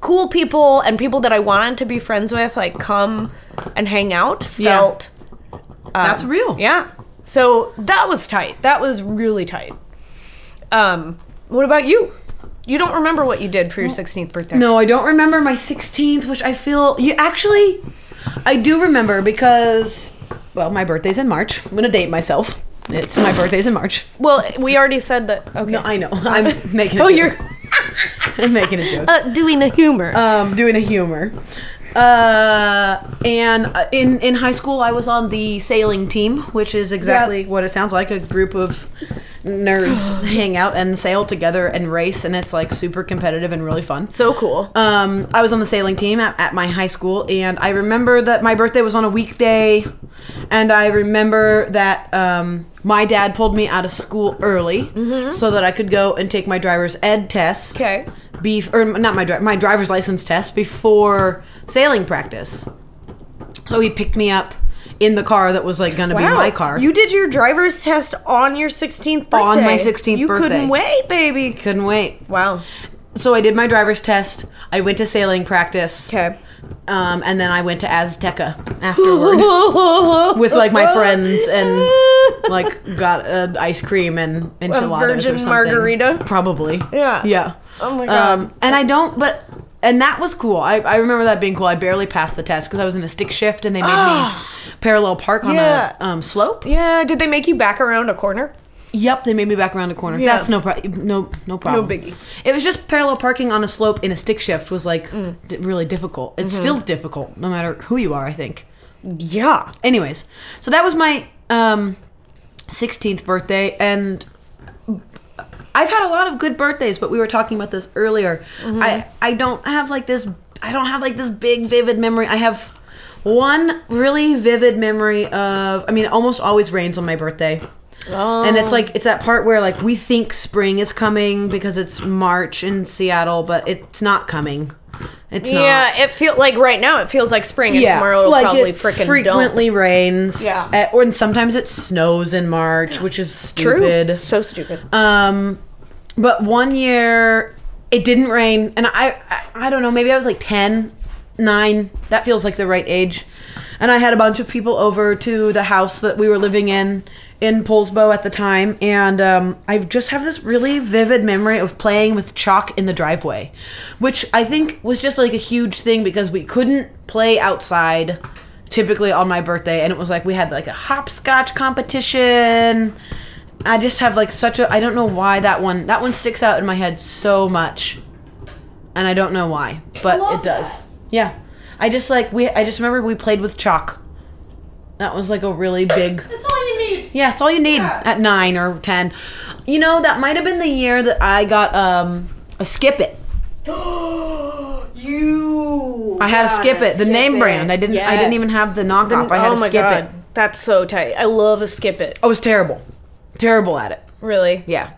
Speaker 1: cool people and people that I wanted to be friends with like come and hang out
Speaker 2: Yeah.
Speaker 1: felt um,
Speaker 2: that's real
Speaker 1: yeah. So that was tight. That was really tight. Um what about you? You don't remember what you did for your 16th birthday.
Speaker 2: No, I don't remember my 16th, which I feel you actually I do remember because well, my birthday's in March. I'm going to date myself. It's my birthday's in March.
Speaker 1: Well, we already said that. Okay.
Speaker 2: No, I know. I'm making a
Speaker 1: Oh,
Speaker 2: joke.
Speaker 1: you're
Speaker 2: I'm making a joke.
Speaker 1: uh, doing a humor.
Speaker 2: Um doing a humor. Uh and uh, in in high school I was on the sailing team, which is exactly what it sounds like, a group of nerds hang out and sail together and race and it's like super competitive and really fun.
Speaker 1: so cool.
Speaker 2: um, I was on the sailing team at, at my high school, and I remember that my birthday was on a weekday, and I remember that um, my dad pulled me out of school early so that I could go and take my driver's ed test.
Speaker 1: Mm-hmm. Okay.
Speaker 2: Bef- or not my dri- my driver's license test before sailing practice. So he picked me up in the car that was like going to be my car.
Speaker 1: You did your driver's test on your 16th birthday.
Speaker 2: On my 16th
Speaker 1: you You
Speaker 2: birthday.
Speaker 1: couldn't wait, baby.
Speaker 2: couldn't wait.
Speaker 1: Wow.
Speaker 2: So I did my driver's test. I went to sailing practice.
Speaker 1: Okay.
Speaker 2: Um, and then I went to Azteca afterward. with like my friends and like got an ice cream and enchiladas
Speaker 1: virgin
Speaker 2: or something.
Speaker 1: margarita?
Speaker 2: probably.
Speaker 1: Yeah.
Speaker 2: yeah.
Speaker 1: Oh my God.
Speaker 2: Um, and I don't, but and that was cool. I, I remember that being cool. I barely passed the test because I was in a stick shift and they made me parallel park on
Speaker 1: Ah. Yeah.
Speaker 2: a um, slope.
Speaker 1: yeah. Did they make you back around a corner?
Speaker 2: Yep, they made me back around a corner.
Speaker 1: Yeah.
Speaker 2: That's no pro- no no problem.
Speaker 1: No biggie.
Speaker 2: It was just parallel parking on a slope in a stick shift was like
Speaker 1: Mm.
Speaker 2: d- really difficult. It's
Speaker 1: Mm-hmm.
Speaker 2: still difficult no matter who you are. I think.
Speaker 1: Yeah.
Speaker 2: anyways so that was my um 16th birthday and i've had a lot of good birthdays but we were talking about this earlier i i don't have like this i don't have like this big vivid memory i have one really vivid memory of i mean it almost always rains on my birthday and it's like it's that part where like we think spring is coming because it's march in seattle but it's not coming it's not
Speaker 1: Yeah. It feels like right now it feels like spring, and tomorrow it'll probably frickin'
Speaker 2: frequently rains.
Speaker 1: Yeah.
Speaker 2: Uh, or- and sometimes it snows in March, which is
Speaker 1: don't.
Speaker 2: stupid.
Speaker 1: True. So stupid.
Speaker 2: Um, but one year it didn't rain, and I, I I don't know, maybe I was like 10, 9. That feels like the right age. And I had a bunch of people over to the house that we were living in in Polsbo at the time, and um, I just have this really vivid memory of playing with chalk in the driveway, which I think was just like a huge thing because we couldn't play outside typically on my birthday, and it was like we had like a hopscotch competition. I just have like such a I don't know why that one that one sticks out in my head so much. And I don't know why, but it does. Yeah. I just like we I just remember we played with chalk. That was like a really big
Speaker 1: That's all you need.
Speaker 2: Yeah, it's all you need at 9 or 10. You know, that might have been the year that I got um a skip it.
Speaker 1: you.
Speaker 2: I had a skip it, the name brand. I didn't I didn't even have the knockoff. I had
Speaker 1: oh
Speaker 2: a
Speaker 1: my
Speaker 2: skip
Speaker 1: God.
Speaker 2: it.
Speaker 1: That's so tight. I love a skip it.
Speaker 2: I was terrible, terrible at it.
Speaker 1: Really?
Speaker 2: Yeah.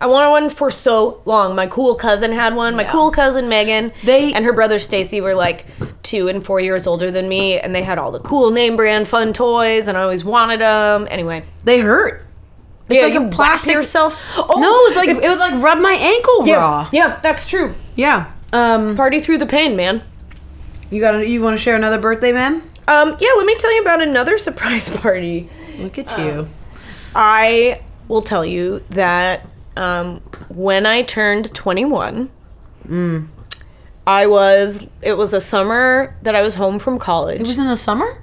Speaker 1: I wanted one for so long. My cool cousin had one. My
Speaker 2: Yeah.
Speaker 1: cool cousin Megan,
Speaker 2: They-
Speaker 1: and her brother Stacy were like two and four years older than me, and they had all the cool name brand fun toys, and I always wanted them. Anyway,
Speaker 2: They hurt. It's
Speaker 1: yeah,
Speaker 2: like
Speaker 1: you
Speaker 2: a
Speaker 1: whack
Speaker 2: plastic-
Speaker 1: yourself. Oh,
Speaker 2: No, it was like it would like rub my ankle
Speaker 1: yeah,
Speaker 2: raw.
Speaker 1: yeah, that's true.
Speaker 2: Yeah. Um,
Speaker 1: Party through the pain, man.
Speaker 2: you got you want to share another birthday, ma'am?
Speaker 1: Um, yeah, let me tell you about another surprise party.
Speaker 2: Look at you.
Speaker 1: I will tell you that um, when I turned 21, I was, it was a summer that I was home from college.
Speaker 2: It was in the summer.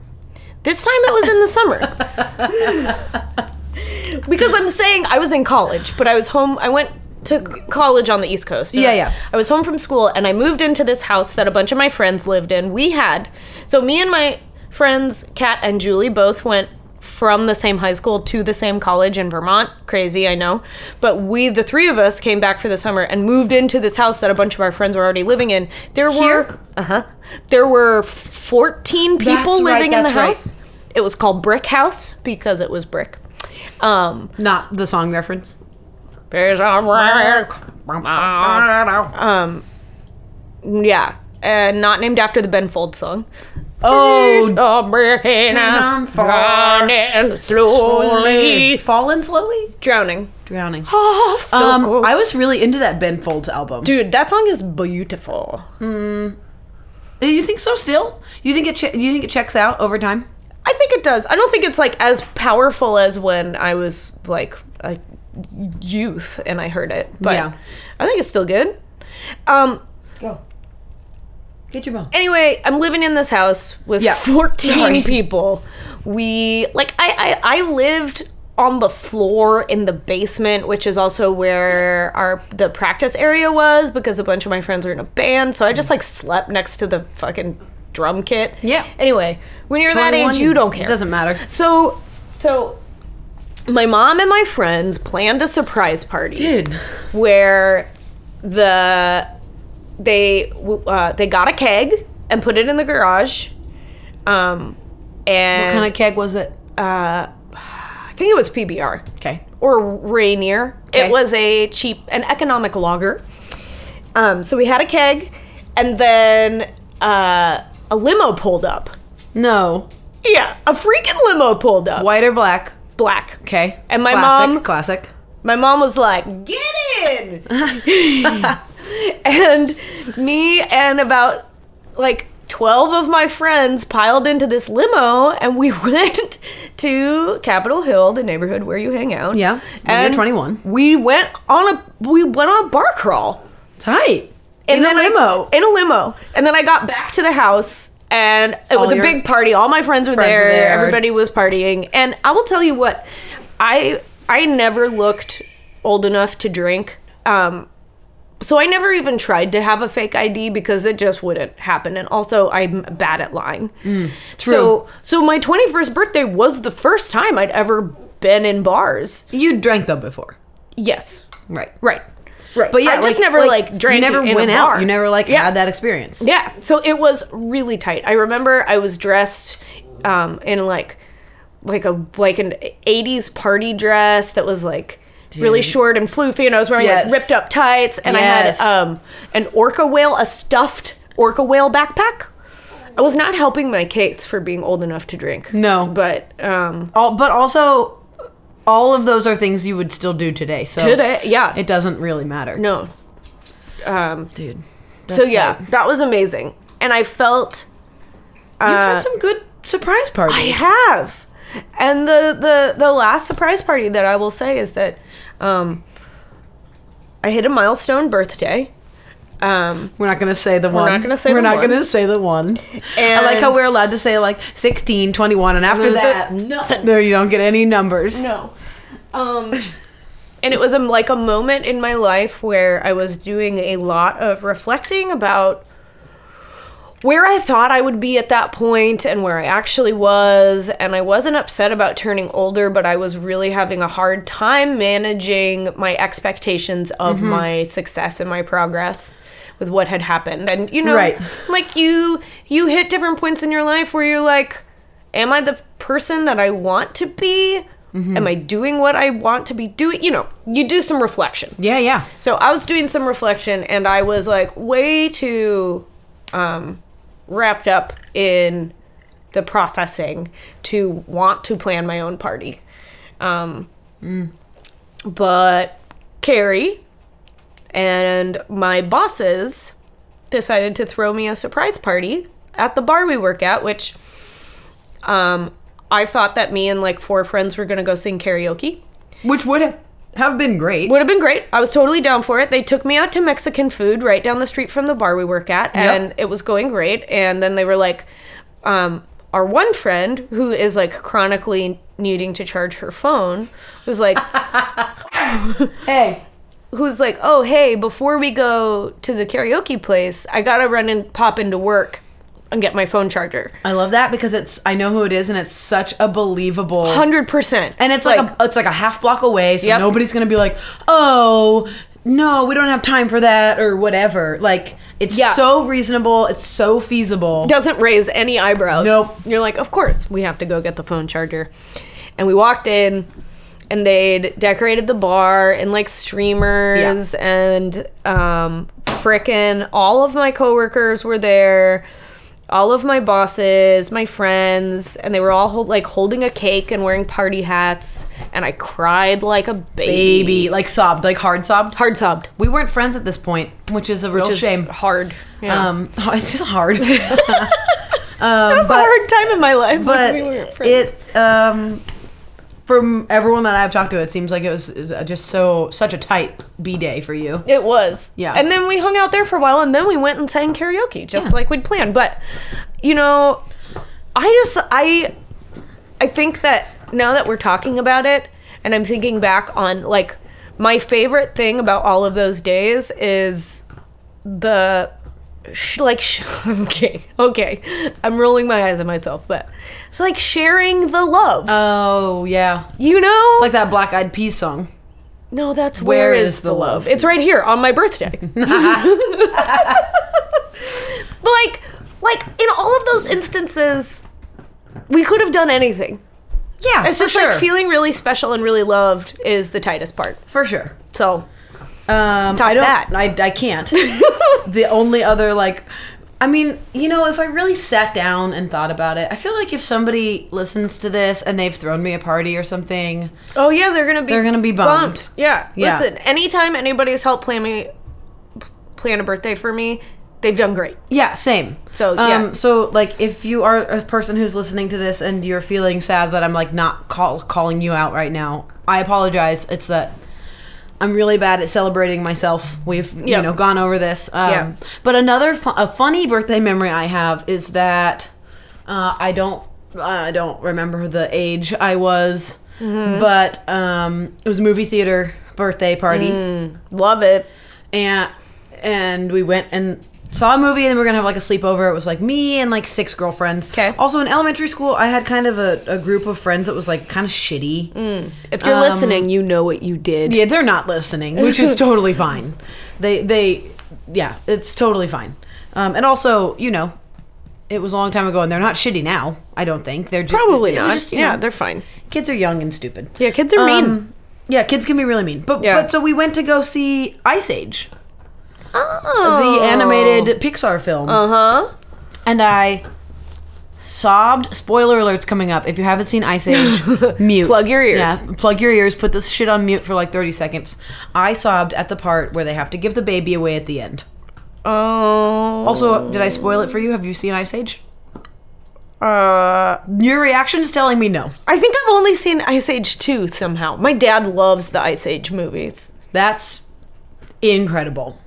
Speaker 1: this time it was in the summer. because I'm saying I was in college, but I was home, I went to c- college on the East Coast. and
Speaker 2: Yeah,
Speaker 1: I-
Speaker 2: yeah.
Speaker 1: I was home from school and I moved into this house that a bunch of my friends lived in. We had, so me and my friends, Kat and Julie, both went from the same high school to the same college in Vermont. Crazy, I know. But we, the three of us, came back for the summer and moved into this house that a bunch of our friends were already living in. There
Speaker 2: Here?
Speaker 1: were, uh huh, there were 14 people
Speaker 2: That's right,
Speaker 1: living in the
Speaker 2: that's right.
Speaker 1: house. It was called Brick House because it was brick. Um,
Speaker 2: Not the song reference.
Speaker 1: there's a brick.
Speaker 2: Oh,
Speaker 1: Um, yeah, and not named after the Ben Folds song.
Speaker 2: Oh.
Speaker 1: Trees are breaking
Speaker 2: I'm
Speaker 1: and
Speaker 2: falling
Speaker 1: falling slowly,
Speaker 2: Fallen slowly.
Speaker 1: drowning.
Speaker 2: Drowning.
Speaker 1: Off the
Speaker 2: Um,
Speaker 1: coast.
Speaker 2: I was really into that Ben Folds album.
Speaker 1: dude. That song is beautiful.
Speaker 2: You think so? Still? You think it? Che- you think it checks out over time?
Speaker 1: I think it does. I don't think it's like as powerful as when I was like a youth and I heard it, but
Speaker 2: Yeah.
Speaker 1: I think it's still good. Um,
Speaker 2: Go. Get your bone.
Speaker 1: anyway, I'm living in this house with
Speaker 2: Yeah.
Speaker 1: 14
Speaker 2: Sorry.
Speaker 1: people. We like I, I I lived on the floor in the basement, which is also where our the practice area was because a bunch of my friends were in a band, so I just like slept next to the fucking drum kit.
Speaker 2: Yeah.
Speaker 1: Anyway, when you're that
Speaker 2: 21,
Speaker 1: age, you don't care.
Speaker 2: Doesn't matter.
Speaker 1: So so my mom and my friends planned a surprise party
Speaker 2: Dude.
Speaker 1: where the they w- uh, they got a keg and put it in the garage, um, and uh,
Speaker 2: What kind of keg was it?
Speaker 1: I think it was PBR
Speaker 2: Okay.
Speaker 1: or Rainier.
Speaker 2: Okay.
Speaker 1: It was a cheap, an economic lager. Um, so we had a keg, and then uh, a limo pulled up.
Speaker 2: No.
Speaker 1: Yeah, a freaking limo pulled up.
Speaker 2: White or black?
Speaker 1: Black.
Speaker 2: Okay.
Speaker 1: And my
Speaker 2: Classic,
Speaker 1: mom-
Speaker 2: Classic.
Speaker 1: My mom was like, "Get in," and me and about like twelve of my friends piled into this limo, and we went to Capitol Hill, the neighborhood where you hang out.
Speaker 2: Yeah, when you're 21.
Speaker 1: We went on a we went on a bar crawl
Speaker 2: Tight.
Speaker 1: and
Speaker 2: In a
Speaker 1: I-
Speaker 2: limo.
Speaker 1: in a limo, and then I got back to the house. And it was a
Speaker 2: your
Speaker 1: big party. All my friends were
Speaker 2: friends
Speaker 1: there.
Speaker 2: were there.
Speaker 1: Everybody was partying. And I will tell you what, I I never looked old enough to drink. Um, so I never even tried to have a fake ID because it just wouldn't happen. And also, I'm bad at lying. So so my 21st birthday was the first time I'd ever been in bars.
Speaker 2: You drank though before,
Speaker 1: Yes,
Speaker 2: right?
Speaker 1: right, right.
Speaker 2: But yeah,
Speaker 1: I just never like, drank.
Speaker 2: You never
Speaker 1: in a
Speaker 2: went
Speaker 1: bar.
Speaker 2: out. You never like
Speaker 1: Yeah.
Speaker 2: had that experience.
Speaker 1: Yeah, so it was really tight. I remember I was dressed um, in like like a like an '80s party dress that was like really short and floofy, and I was wearing
Speaker 2: Yes.
Speaker 1: like ripped up tights, and
Speaker 2: Yes.
Speaker 1: I had um, an orca whale, a stuffed orca whale backpack. I was not helping my case for being old enough to drink.
Speaker 2: No.
Speaker 1: but um,
Speaker 2: All, but also, all of those are things you would still do today. So
Speaker 1: Today, yeah.
Speaker 2: Oh. it doesn't really matter.
Speaker 1: no,
Speaker 2: dude.
Speaker 1: so
Speaker 2: That's
Speaker 1: yeah,
Speaker 2: tight.
Speaker 1: that was amazing, and I felt uh,
Speaker 2: you've had some good surprise parties.
Speaker 1: I have. And the, the, the last surprise party that I will say is that um, I hit a milestone birthday. Um,
Speaker 2: We're not gonna say the one.
Speaker 1: not gonna say
Speaker 2: We're
Speaker 1: the
Speaker 2: not
Speaker 1: one.
Speaker 2: gonna say the one. I like how
Speaker 1: And-
Speaker 2: we're allowed to say like 16, 21, and after
Speaker 1: After
Speaker 2: that,
Speaker 1: that, nothing.
Speaker 2: there you don't get any numbers.
Speaker 1: No. Um, and it was a, like a moment in my life where I was doing a lot of reflecting about where I thought I would be at that point and where I actually was. And I wasn't upset about turning older, but I was really having a hard time managing my expectations of my success and my progress with what had happened. And you know,
Speaker 2: Right.
Speaker 1: like you you hit different points in your life where you're like, am I the person that I want to be? Am I doing what I want to be doing? You know, you do some reflection.
Speaker 2: Yeah, yeah.
Speaker 1: So I was doing some reflection and I was like way too um, wrapped up in the processing to want to plan my own party. Um, But Carrie and my bosses decided to throw me a surprise party at the bar we work at, which um, I thought that me and like four friends were going to go sing karaoke
Speaker 2: Which would have- have been great.
Speaker 1: would have been great. I was totally down for it. They took me out to Mexican food right down the street from the bar we work at, and it was going great. And then they were like, um, our one friend who is like chronically needing to charge her phone was like,
Speaker 2: Hey.
Speaker 1: who's like, oh hey, before we go to the karaoke place, I gotta run and pop into work and get my phone charger.
Speaker 2: I love that because it's I know who it is and it's such a believable
Speaker 1: Hundred percent.
Speaker 2: and it's like, a, it's like a half block away, so
Speaker 1: Yep.
Speaker 2: nobody's gonna be like, oh no, we don't have time for that or whatever. Like it's
Speaker 1: Yeah.
Speaker 2: so reasonable, it's so feasible.
Speaker 1: doesn't raise any eyebrows.
Speaker 2: Nope.
Speaker 1: You're like, of course, we have to go get the phone charger. And we walked in and they'd decorated the bar and like streamers and um frickin' all of my coworkers were there. All of my bosses, my friends, and they were all hold, like holding a cake and wearing party hats, and I cried like a baby.
Speaker 2: Baby, like sobbed, like hard sobbed.
Speaker 1: Hard sobbed,
Speaker 2: We weren't friends at this point, which is a real
Speaker 1: which
Speaker 2: shame.
Speaker 1: is hard. Yeah.
Speaker 2: Um, it's just hard. um,
Speaker 1: it was a hard time in my life,
Speaker 2: but
Speaker 1: we weren't friends.
Speaker 2: it um from everyone that I've talked to, it seems like it was uh, just so such a tight b day for you.
Speaker 1: It was.
Speaker 2: Yeah.
Speaker 1: And then we hung out there for a while and then we went and sang karaoke just like we'd planned. But you know, I just I I think that now that we're talking about it and I'm thinking back on like my favorite thing about all of those days is the sh- like sh- okay okay i'm rolling my eyes at myself but it's like sharing the love
Speaker 2: Oh yeah,
Speaker 1: you know
Speaker 2: like that Black Eyed Peas song.
Speaker 1: no that's
Speaker 2: Where
Speaker 1: where
Speaker 2: is the love?
Speaker 1: it's right here on my birthday But like, like in all of those instances, we could have done anything.
Speaker 2: Yeah,
Speaker 1: It's just like feeling really special and really loved is the tightest part.
Speaker 2: for sure.
Speaker 1: So
Speaker 2: Um,
Speaker 1: Top
Speaker 2: I don't.
Speaker 1: that.
Speaker 2: I I can't. the only other like, I mean, you know, if I really sat down and thought about it, I feel like if somebody listens to this and they've thrown me a party or something,
Speaker 1: Oh yeah, they're gonna be
Speaker 2: They're gonna be bummed.
Speaker 1: Yeah.
Speaker 2: Yeah.
Speaker 1: Listen, anytime anybody's helped plan me plan a birthday for me, they've done great.
Speaker 2: Yeah, same. Um,
Speaker 1: So, yeah.
Speaker 2: so like if you are a person who's listening to this and you're feeling sad that I'm like not call, calling you out right now, I apologize. It's that I'm really bad at celebrating myself. We've
Speaker 1: Yeah.
Speaker 2: you know gone over this. Um,
Speaker 1: Yeah.
Speaker 2: But another fu- a funny birthday memory I have is that uh, I don't I don't remember the age I was,
Speaker 1: Mm-hmm.
Speaker 2: but um, it was a movie theater birthday party
Speaker 1: Mm. Love it.
Speaker 2: and and we went and saw a movie and then we are gonna have like a sleepover it was like me and like six girlfriends
Speaker 1: 'Kay.
Speaker 2: also in elementary school i had kind of a, a group of friends that was like kind of shitty
Speaker 1: Mm. If you're
Speaker 2: Um,
Speaker 1: listening, you know what you did.
Speaker 2: yeah they're not listening which is totally fine they they yeah it's totally fine um, and also you know it was a long time ago and they're not shitty now i don't think they're just,
Speaker 1: Probably not. yeah,
Speaker 2: yeah
Speaker 1: they're fine.
Speaker 2: kids are young and stupid
Speaker 1: Yeah, kids are mean.
Speaker 2: Um, yeah kids can be really mean but
Speaker 1: Yeah.
Speaker 2: but so we went to go see ice age
Speaker 1: oh.
Speaker 2: the animated Pixar film.
Speaker 1: Uh huh.
Speaker 2: And I sobbed. Spoiler alerts coming up. If you haven't seen Ice Age, mute.
Speaker 1: Plug your ears.
Speaker 2: Yeah, plug your ears. Put this shit on mute for like 30 seconds. I sobbed at the part where they have to give the baby away at the end.
Speaker 1: Oh.
Speaker 2: Also, did I spoil it for you? Have you seen Ice Age?
Speaker 1: Uh.
Speaker 2: Your reaction is telling me no.
Speaker 1: I think I've only seen Ice Age 2 somehow. My dad loves the Ice Age movies.
Speaker 2: That's incredible.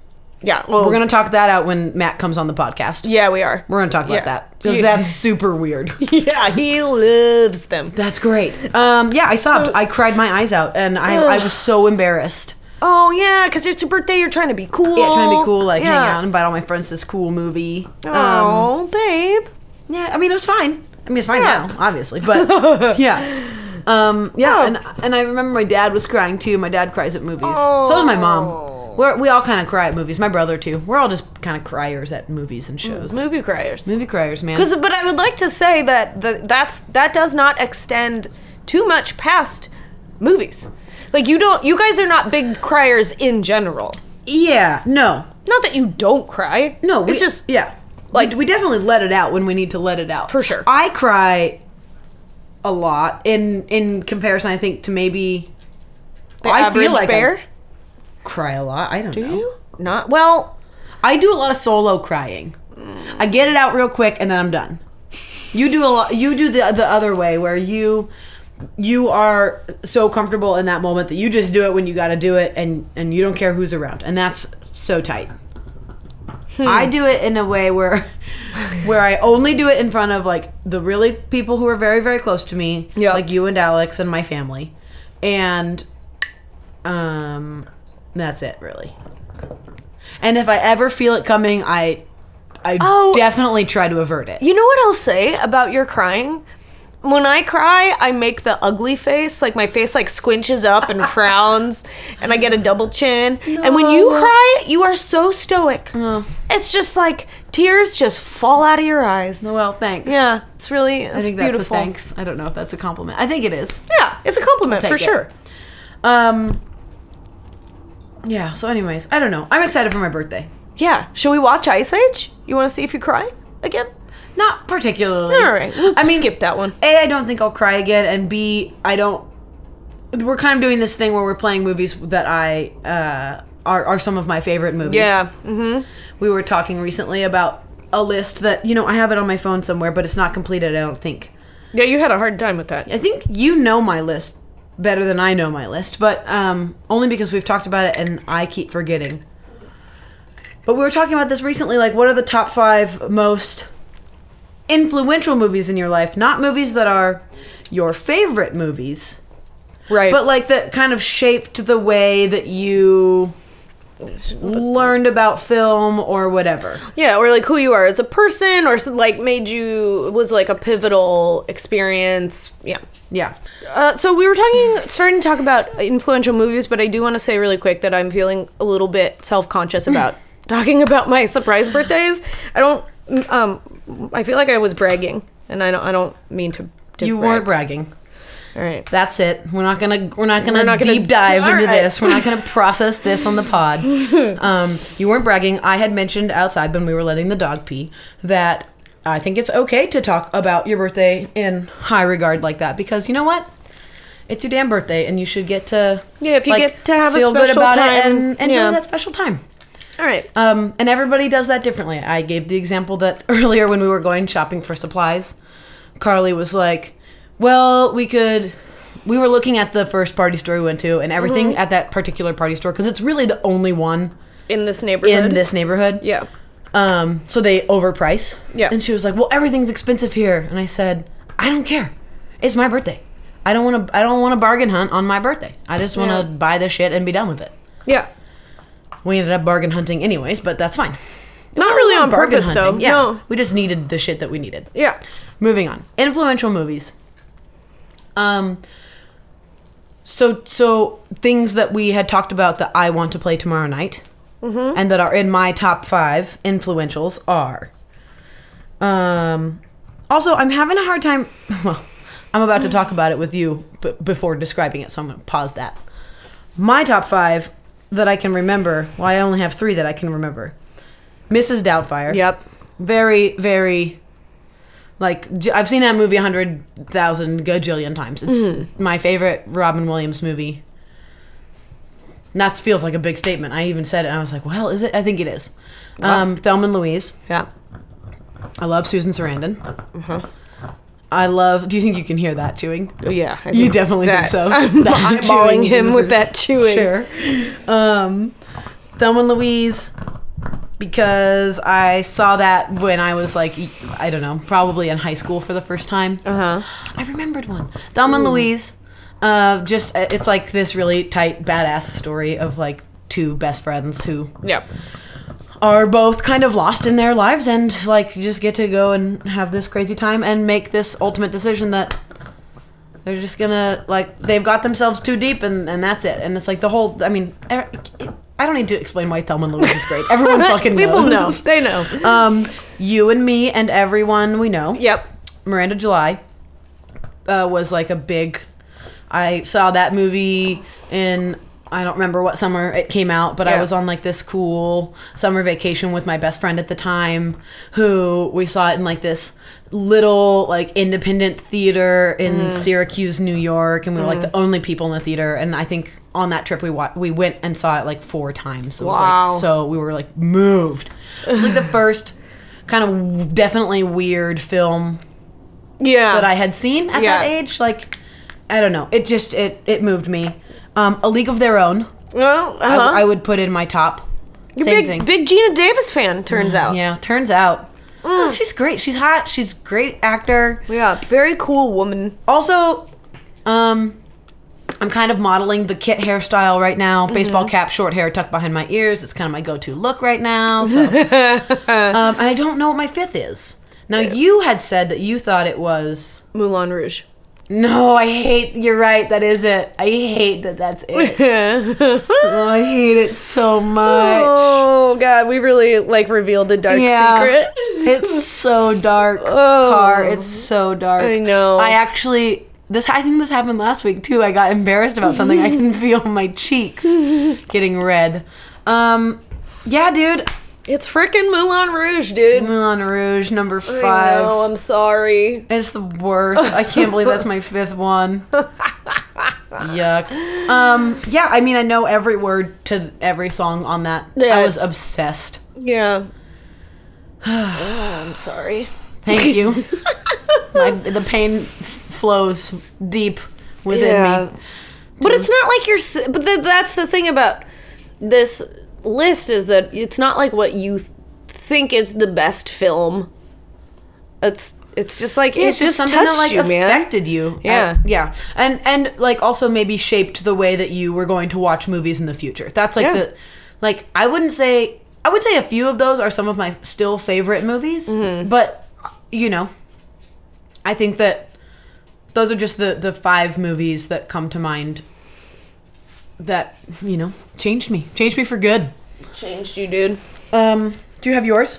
Speaker 1: Yeah, well,
Speaker 2: We're going to talk that out when Matt comes on the podcast.
Speaker 1: Yeah, we are.
Speaker 2: We're going to talk about
Speaker 1: Yeah.
Speaker 2: that because
Speaker 1: Yeah.
Speaker 2: that's super weird.
Speaker 1: yeah, he loves them.
Speaker 2: That's great. Um, yeah, I sobbed. I cried my eyes out, and I, I was so embarrassed.
Speaker 1: Oh yeah, because it's your birthday. You're trying to be cool.
Speaker 2: Yeah, trying to be cool, like hang out, and invite all my friends to this cool movie. Um,
Speaker 1: Oh, babe.
Speaker 2: yeah, I mean it was fine. I mean it's fine
Speaker 1: Yeah.
Speaker 2: now, obviously, but yeah, um, yeah,
Speaker 1: Oh.
Speaker 2: and and I remember my dad was crying too. My dad cries at movies, so does my mom. We're, we all kind of cry at movies. My brother too. We're all just kind of criers at movies and shows.
Speaker 1: Movie criers.
Speaker 2: Movie criers, man.
Speaker 1: Mm. 'Cause- but I would like to say that the, that's that does not extend too much past movies. Like you don't, you guys are not big criers in general.
Speaker 2: yeah, no,
Speaker 1: Not that you don't cry.
Speaker 2: no. We,
Speaker 1: it's just
Speaker 2: yeah.
Speaker 1: like-
Speaker 2: we, we definitely let it out when we need to let it out.
Speaker 1: For sure.
Speaker 2: I cry a lot in in comparison. I think to maybe
Speaker 1: the
Speaker 2: I feel
Speaker 1: average
Speaker 2: like I-
Speaker 1: bear.
Speaker 2: cry a lot. I don't
Speaker 1: Do
Speaker 2: know.
Speaker 1: you not? Well,
Speaker 2: I do a lot of solo crying. I get it out real quick and then I'm done. You do a lot. You do the the other way where you you are so comfortable in that moment that you just do it when you got to do it and and you don't care who's around and that's so tight. I do it in a way where where I only do it in front of like the really people who are very very close to me,
Speaker 1: Yeah.
Speaker 2: like you and Alex and my family, and um, that's it really. And if I ever feel it coming, I I
Speaker 1: Oh.
Speaker 2: definitely try to avert it.
Speaker 1: you know what I'll say about your crying. When I cry, I make the ugly face. Like my face like squinches up and frowns, and I get a double chin. And when you
Speaker 2: No.
Speaker 1: cry, you are so stoic. It's just like tears just fall out of your eyes.
Speaker 2: Well, thanks.
Speaker 1: Yeah, it's really it's
Speaker 2: I think that's
Speaker 1: beautiful.
Speaker 2: a thanks. I don't know if that's a compliment. I think it is.
Speaker 1: Yeah, it's a compliment
Speaker 2: Take
Speaker 1: for
Speaker 2: it.
Speaker 1: sure.
Speaker 2: Um Yeah, so anyways, I don't know. I'm excited for my birthday.
Speaker 1: Yeah, should we watch Ice Age? You want to see if you cry again?
Speaker 2: Not particularly.
Speaker 1: All right, we'll
Speaker 2: I mean,
Speaker 1: skip that one.
Speaker 2: A, I don't think I'll cry again, and B, I don't. We're kind of doing this thing where we're playing movies that I uh, are are some of my favorite movies.
Speaker 1: Yeah, hmm
Speaker 2: we were talking recently about a list that you know I have it on my phone somewhere, but it's not completed. I don't think.
Speaker 1: yeah, you had a hard time with that.
Speaker 2: I think you know my list better than I know my list, but um, only because we've talked about it and I keep forgetting. But we were talking about this recently. Like, what are the top five most influential movies in your life? Not movies that are your favorite movies,
Speaker 1: Right,
Speaker 2: but like that kind of shaped the way that you learned about film or whatever.
Speaker 1: Yeah, or like who you are as a person, or s- like made you was like a pivotal experience. Yeah.
Speaker 2: Yeah.
Speaker 1: Uh, so we were talking, starting to talk about influential movies, but I do want to say really quick that I'm feeling a little bit self conscious about talking about my surprise birthdays. I don't. Um, I feel like I was bragging, and I don't. I don't mean to. to
Speaker 2: You
Speaker 1: brag.
Speaker 2: weren't bragging.
Speaker 1: All right.
Speaker 2: That's it. We're not gonna we're not gonna
Speaker 1: We're not gonna-
Speaker 2: deep dive
Speaker 1: All
Speaker 2: into
Speaker 1: right.
Speaker 2: this. We're not gonna process this on the pod. Um, you weren't bragging. I had mentioned outside when we were letting the dog pee that I think it's okay to talk about your birthday in high regard like that because you know what? It's your damn birthday, and you should get to
Speaker 1: Yeah, if you
Speaker 2: like,
Speaker 1: get to have a
Speaker 2: feel good
Speaker 1: special
Speaker 2: about it
Speaker 1: time,
Speaker 2: and enjoy
Speaker 1: yeah.
Speaker 2: that special time.
Speaker 1: All right.
Speaker 2: Um, and everybody does that differently. I gave the example that earlier when we were going shopping for supplies, Carly was like, "Well, we could." We were looking at the first party store we went to, and everything
Speaker 1: Mm-hmm.
Speaker 2: at that particular party store because it's really the only one
Speaker 1: In this neighborhood.
Speaker 2: in this neighborhood.
Speaker 1: Yeah.
Speaker 2: Um, so they overprice.
Speaker 1: Yeah.
Speaker 2: And she was like, "Well, everything's expensive here," and I said, "I don't care. It's my birthday. I don't want to. I don't want to bargain hunt on my birthday. I just want to
Speaker 1: Yeah.
Speaker 2: buy this shit and be done with it."
Speaker 1: Yeah.
Speaker 2: We ended up bargain hunting anyways, but that's fine.
Speaker 1: Not really on
Speaker 2: Oh, Bargain
Speaker 1: purpose though.
Speaker 2: hunting, Yeah.
Speaker 1: No.
Speaker 2: We just needed the shit that we needed.
Speaker 1: Yeah.
Speaker 2: Moving on. Influential movies. Um so so things that we had talked about that I want to play tomorrow night and that are in my top 5 influentials are um also I'm having a hard time well I'm about to talk about it with you b- before describing it so I'm going to pause that. My top 5 that I can remember, well I only have 3 that I can remember. Mrs. Doubtfire
Speaker 1: Yep.
Speaker 2: very very like j- i've seen that movie a hundred thousand gajillion times it's my favorite robin williams movie And that feels like a big statement i even said it and i was like well is it i think it is um, thelma and louise
Speaker 1: Yeah.
Speaker 2: i love susan sarandon i love do you think you can hear that chewing
Speaker 1: Yeah, I
Speaker 2: You definitely
Speaker 1: that.
Speaker 2: think so.
Speaker 1: I'm
Speaker 2: That
Speaker 1: eyeballing
Speaker 2: chewing.
Speaker 1: him with that chewing.
Speaker 2: sure um, thelma and louise because i saw that when i was like e, i don't know probably in high school for the first time
Speaker 1: Uh huh.
Speaker 2: I remembered one. Thelma and Louise. Uh, just uh, it's like this really tight badass story of like two best friends who
Speaker 1: Yep.
Speaker 2: are both kind of lost in their lives and like just get to go and have this crazy time and make this ultimate decision that they're just gonna like they've got themselves too deep and and that's it and it's like the whole I mean er- I don't need to explain why Thelma and Louise is great. Everyone fucking
Speaker 1: People know.
Speaker 2: knows.
Speaker 1: They know.
Speaker 2: Um, you and me and everyone we know.
Speaker 1: yep.
Speaker 2: Miranda July uh, was like a big. I saw that movie in I don't remember what summer it came out, but I
Speaker 1: Yeah.
Speaker 2: was on like this cool summer vacation with my best friend at the time, who we saw it in like this little like independent theater in
Speaker 1: Mm.
Speaker 2: Syracuse, New York, and we were like the only people in the theater. And I think on that trip we wa- we went and saw it like four times. It was
Speaker 1: Wow.
Speaker 2: like so we were like moved. It was like the first kind of definitely weird film
Speaker 1: Yeah.
Speaker 2: that I had seen at
Speaker 1: Yeah.
Speaker 2: that age. Like, I don't know. It just it it moved me. Um, a League of Their Own.
Speaker 1: Well,
Speaker 2: I,
Speaker 1: uh-huh.
Speaker 2: I would put in my top.
Speaker 1: You're
Speaker 2: Same
Speaker 1: big,
Speaker 2: thing.
Speaker 1: big Gina Davis fan, turns out.
Speaker 2: Yeah. Turns out. Oh, she's great. She's hot. She's great actor.
Speaker 1: Yeah, very cool woman.
Speaker 2: Also, um, I'm kind of modeling the kit hairstyle right now. Baseball cap, short hair tucked behind my ears. It's kind of my go-to look right now. So, um, and I don't know what my fifth is. Now you had said that you thought it was
Speaker 1: Moulin Rouge.
Speaker 2: No, I hate. You're right. That is it. I hate that. That's it.
Speaker 1: oh
Speaker 2: oh, I hate it so much.
Speaker 1: god, we really like revealed the dark secret.
Speaker 2: it's so dark.
Speaker 1: Oh.
Speaker 2: car. It's so dark.
Speaker 1: I know.
Speaker 2: I actually. This I think this happened last week too. I got embarrassed about something. I can feel my cheeks getting red. Um, yeah, dude.
Speaker 1: It's freaking Moulin Rouge, dude.
Speaker 2: Moulin Rouge number
Speaker 1: I know,
Speaker 2: five.
Speaker 1: I'm sorry.
Speaker 2: It's the worst. I can't believe that's my fifth one. Yuck. Um, yeah, I mean, I know every word to every song on that.
Speaker 1: Yeah.
Speaker 2: I was obsessed.
Speaker 1: Yeah. Oh, I'm sorry.
Speaker 2: Thank you. My, the pain flows deep within
Speaker 1: Yeah.
Speaker 2: me.
Speaker 1: But it's not like you're. s- But th- that's the thing about this list is that it's not like what you th- think is the best film. It's it's just like it's
Speaker 2: It's, just, something
Speaker 1: touched
Speaker 2: that like
Speaker 1: you, man.
Speaker 2: affected you.
Speaker 1: Yeah.
Speaker 2: Uh, yeah. And and like also maybe shaped the way that you were going to watch movies in the future. That's like
Speaker 1: Yeah.
Speaker 2: the like I wouldn't say I would say a few of those are some of my still favorite movies,
Speaker 1: Mm-hmm.
Speaker 2: but you know, I think that those are just the the five movies that come to mind that, you know, changed me. Changed me for good.
Speaker 1: Changed you, dude.
Speaker 2: Um, do you have yours?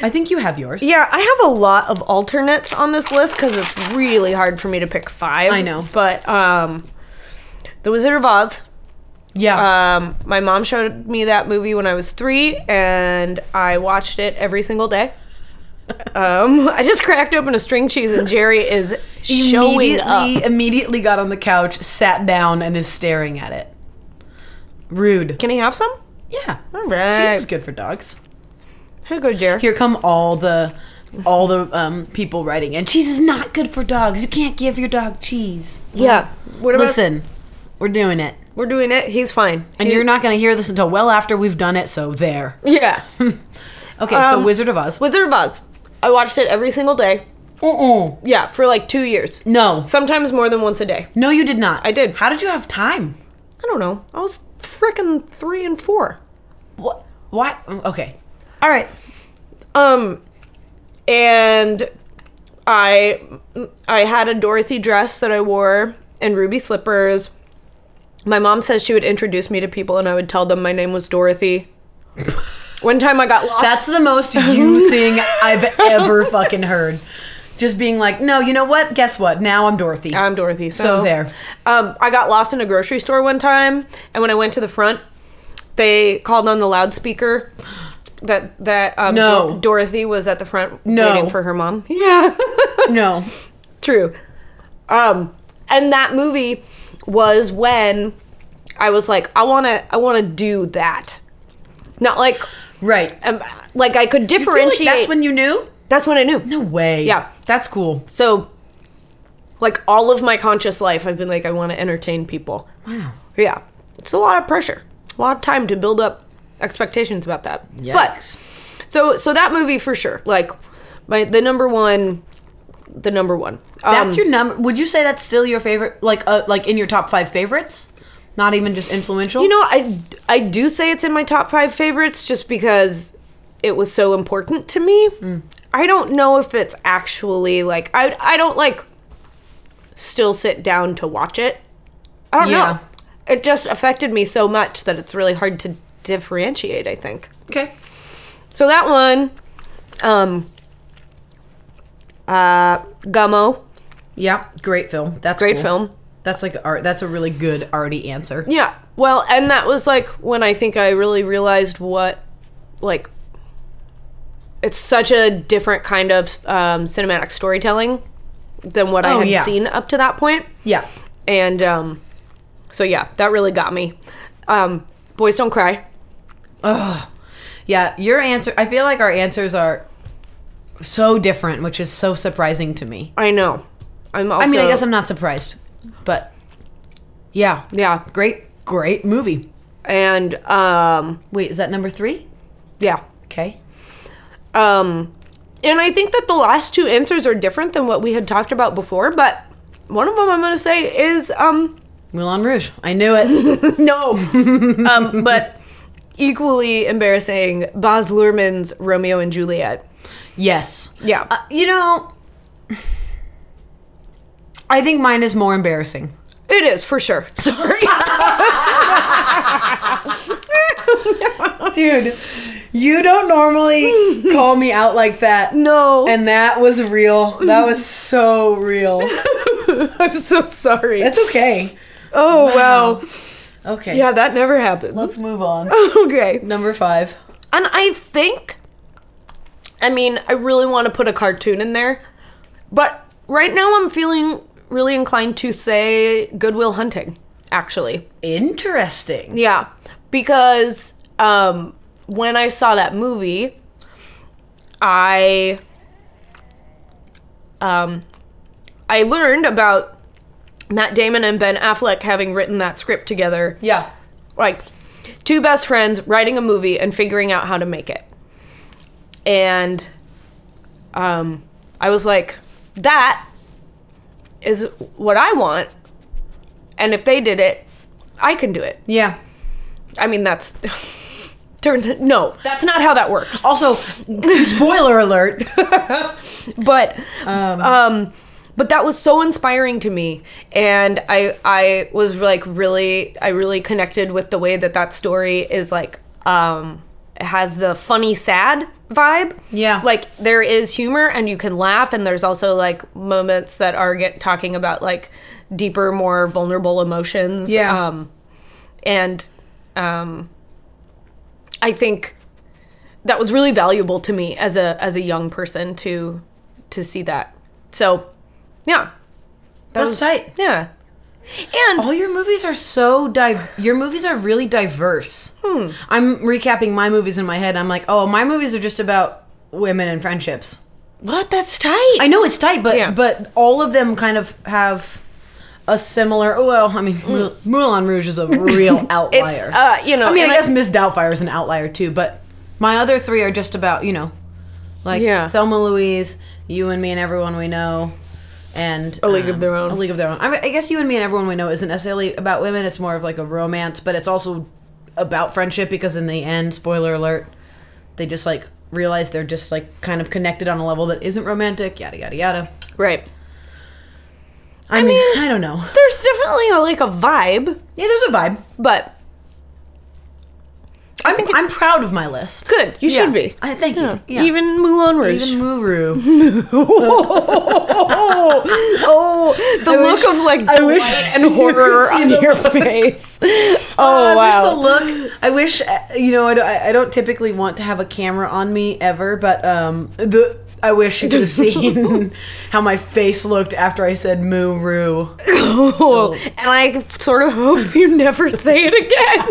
Speaker 2: I think you have yours.
Speaker 1: Yeah, I have a lot of alternates on this list because it's really hard for me to pick five.
Speaker 2: I know.
Speaker 1: but um, The Wizard of Oz.
Speaker 2: Yeah.
Speaker 1: Um, my mom showed me that movie when I was three, and I watched it every single day. Um, I just cracked open a string cheese, and Jerry is showing up.
Speaker 2: immediately, immediately got on the couch, sat down, and is staring at it. Rude.
Speaker 1: Can he have some?
Speaker 2: Yeah.
Speaker 1: All right.
Speaker 2: She's good for dogs.
Speaker 1: Here you go, Jerry.
Speaker 2: Here come all the all the um, people writing in. Cheese is not good for dogs. You can't give your dog cheese.
Speaker 1: yeah. What about,
Speaker 2: Listen, we're doing it.
Speaker 1: We're doing it. He's fine.
Speaker 2: And you're not going to hear this until well after we've done it, so there.
Speaker 1: Yeah.
Speaker 2: Okay,
Speaker 1: Um,
Speaker 2: so Wizard of Oz.
Speaker 1: Wizard of Oz. I watched it every single day.
Speaker 2: Uh-uh.
Speaker 1: Yeah, for like two years.
Speaker 2: No.
Speaker 1: Sometimes more than once a day.
Speaker 2: No, you did not.
Speaker 1: I did.
Speaker 2: How did you have time?
Speaker 1: I don't know. I was freaking three and four.
Speaker 2: What? Why? Okay. All right.
Speaker 1: Um, and I I had a Dorothy dress that I wore and ruby slippers. My mom says she would introduce me to people and I would tell them my name was Dorothy. One time I got lost.
Speaker 2: That's the most you thing I've ever fucking heard. Just being like, no, you know what? Guess what? Now I'm Dorothy.
Speaker 1: I'm Dorothy.
Speaker 2: So
Speaker 1: So,
Speaker 2: there.
Speaker 1: Um, I got lost in a grocery store one time, and when I went to the front, they called on the loudspeaker that that um,
Speaker 2: No.
Speaker 1: Dor- Dorothy was at the front
Speaker 2: No.
Speaker 1: waiting for her mom. Yeah.
Speaker 2: no.
Speaker 1: True. Um, and that movie was when I was like, I wanna, I wanna do that. Not like,
Speaker 2: Right.
Speaker 1: um, like I could
Speaker 2: I feel like
Speaker 1: differentiate.
Speaker 2: that's when you knew?
Speaker 1: That's when I knew.
Speaker 2: No way.
Speaker 1: Yeah.
Speaker 2: That's cool.
Speaker 1: So, like all of my conscious life, I've been like, I want to entertain people.
Speaker 2: Wow.
Speaker 1: Yeah, it's a lot of pressure, a lot of time to build up expectations about that.
Speaker 2: Yikes.
Speaker 1: But so, so that movie for sure. Like, my the number one, the number one.
Speaker 2: That's
Speaker 1: Um,
Speaker 2: your number. Would you say that's still your favorite? Like, uh, like in your top five favorites? Not even just influential?
Speaker 1: You know, I I do say it's in my top five favorites just because it was so important to me. I don't know if it's actually like I I don't like still sit down to watch it. I don't
Speaker 2: Yeah.
Speaker 1: know. It just affected me so much that it's really hard to differentiate, I think.
Speaker 2: Okay.
Speaker 1: So that one, um, uh, Gummo,
Speaker 2: Yeah. Great film. That's
Speaker 1: great
Speaker 2: cool.
Speaker 1: film.
Speaker 2: That's like art. That's a really good arty answer.
Speaker 1: Yeah. Well, and that was like when I think I really realized what, like, it's such a different kind of um, cinematic storytelling than what I
Speaker 2: Oh,
Speaker 1: had
Speaker 2: yeah.
Speaker 1: seen up to that point.
Speaker 2: Yeah.
Speaker 1: And um, so, yeah, that really got me. Um, Boys Don't Cry.
Speaker 2: Oh, yeah. Your answer. I feel like our answers are so different, which is so surprising to me.
Speaker 1: I know. I'm also.
Speaker 2: I mean, I guess I'm not surprised, but yeah,
Speaker 1: Yeah.
Speaker 2: great, great movie.
Speaker 1: And, um,
Speaker 2: Wait, is that number three?
Speaker 1: yeah.
Speaker 2: Okay.
Speaker 1: Um, and I think that the last two answers are different than what we had talked about before, but one of them I'm going to say is um,
Speaker 2: Moulin Rouge. I knew it.
Speaker 1: no. um, but equally embarrassing, Baz Luhrmann's Romeo and Juliet.
Speaker 2: yes.
Speaker 1: Yeah.
Speaker 2: Uh, you know, I think mine is more embarrassing.
Speaker 1: It is, for sure. Sorry.
Speaker 2: Oh, Dude, you don't normally call me out like that.
Speaker 1: no. And
Speaker 2: that was real. That was so real.
Speaker 1: I'm so sorry.
Speaker 2: okay.
Speaker 1: oh, wow.
Speaker 2: Okay.
Speaker 1: Yeah, that never happened.
Speaker 2: Let's move on.
Speaker 1: okay.
Speaker 2: Number five.
Speaker 1: And I think, I mean, I really want to put a cartoon in there, but right now I'm feeling really inclined to say Goodwill Hunting, actually.
Speaker 2: Interesting.
Speaker 1: Yeah, because um, when I saw that movie, I um, I learned about Matt Damon and Ben Affleck having written that script together
Speaker 2: Yeah.
Speaker 1: like two best friends writing a movie and figuring out how to make it. And um, I was like, that is what I want. And if they did it, I can do it.
Speaker 2: Yeah.
Speaker 1: I mean, that's turns no, that's not how that works.
Speaker 2: Also, spoiler alert.
Speaker 1: But
Speaker 2: Um,
Speaker 1: um but that was so inspiring to me and i i was like really i really connected with the way that that story is like um it has the funny sad vibe
Speaker 2: Yeah.
Speaker 1: like there is humor and you can laugh and there's also like moments that are get talking about like deeper more vulnerable emotions
Speaker 2: Yeah.
Speaker 1: um and um i think that was really valuable to me as a as a young person to to see that. So, yeah,
Speaker 2: That's
Speaker 1: was-
Speaker 2: tight. Oh,
Speaker 1: yeah, and
Speaker 2: All your movies are so di- your movies are really diverse. Hmm. I'm recapping my movies in my head. I'm like, oh, my movies are just about women and friendships.
Speaker 1: what? That's tight.
Speaker 2: I know it's tight, but
Speaker 1: Yeah.
Speaker 2: but all of them kind of have a similar. Well, I mean, Moul- Moulin Rouge is a real outlier.
Speaker 1: uh, you know,
Speaker 2: I mean,
Speaker 1: and
Speaker 2: I
Speaker 1: I-
Speaker 2: guess Miss Doubtfire is an outlier too, but my other three are just about you know, like
Speaker 1: Yeah.
Speaker 2: Thelma Louise, you and me and everyone we know, and um,
Speaker 1: A League of Their Own.
Speaker 2: A League of Their Own. I, mean, I guess you and me and everyone we know isn't necessarily about women. It's more of like a romance, but it's also about friendship because in the end, spoiler alert, they just like realize they're just like kind of connected on a level that isn't romantic. Yada yada yada.
Speaker 1: right.
Speaker 2: I, mean,
Speaker 1: mean-
Speaker 2: I don't know.
Speaker 1: There's definitely a, like a vibe,
Speaker 2: Yeah, there's a vibe.
Speaker 1: but
Speaker 2: I'm I'm proud of my list.
Speaker 1: good. You
Speaker 2: Yeah.
Speaker 1: should be.
Speaker 2: I thank you. Yeah.
Speaker 1: Even Moulin Rouge.
Speaker 2: Even Muru.
Speaker 1: oh, oh, the look of like
Speaker 2: I wish-
Speaker 1: delight and horror
Speaker 2: You
Speaker 1: on
Speaker 2: could see
Speaker 1: your face. Oh wow.
Speaker 2: I wish the look. I wish uh, you know. I don't, I don't typically want to have a camera on me ever, but um, the I wish you could have seen how my face looked after I said moo roo.
Speaker 1: Cool. And I sort of hope you never say it again.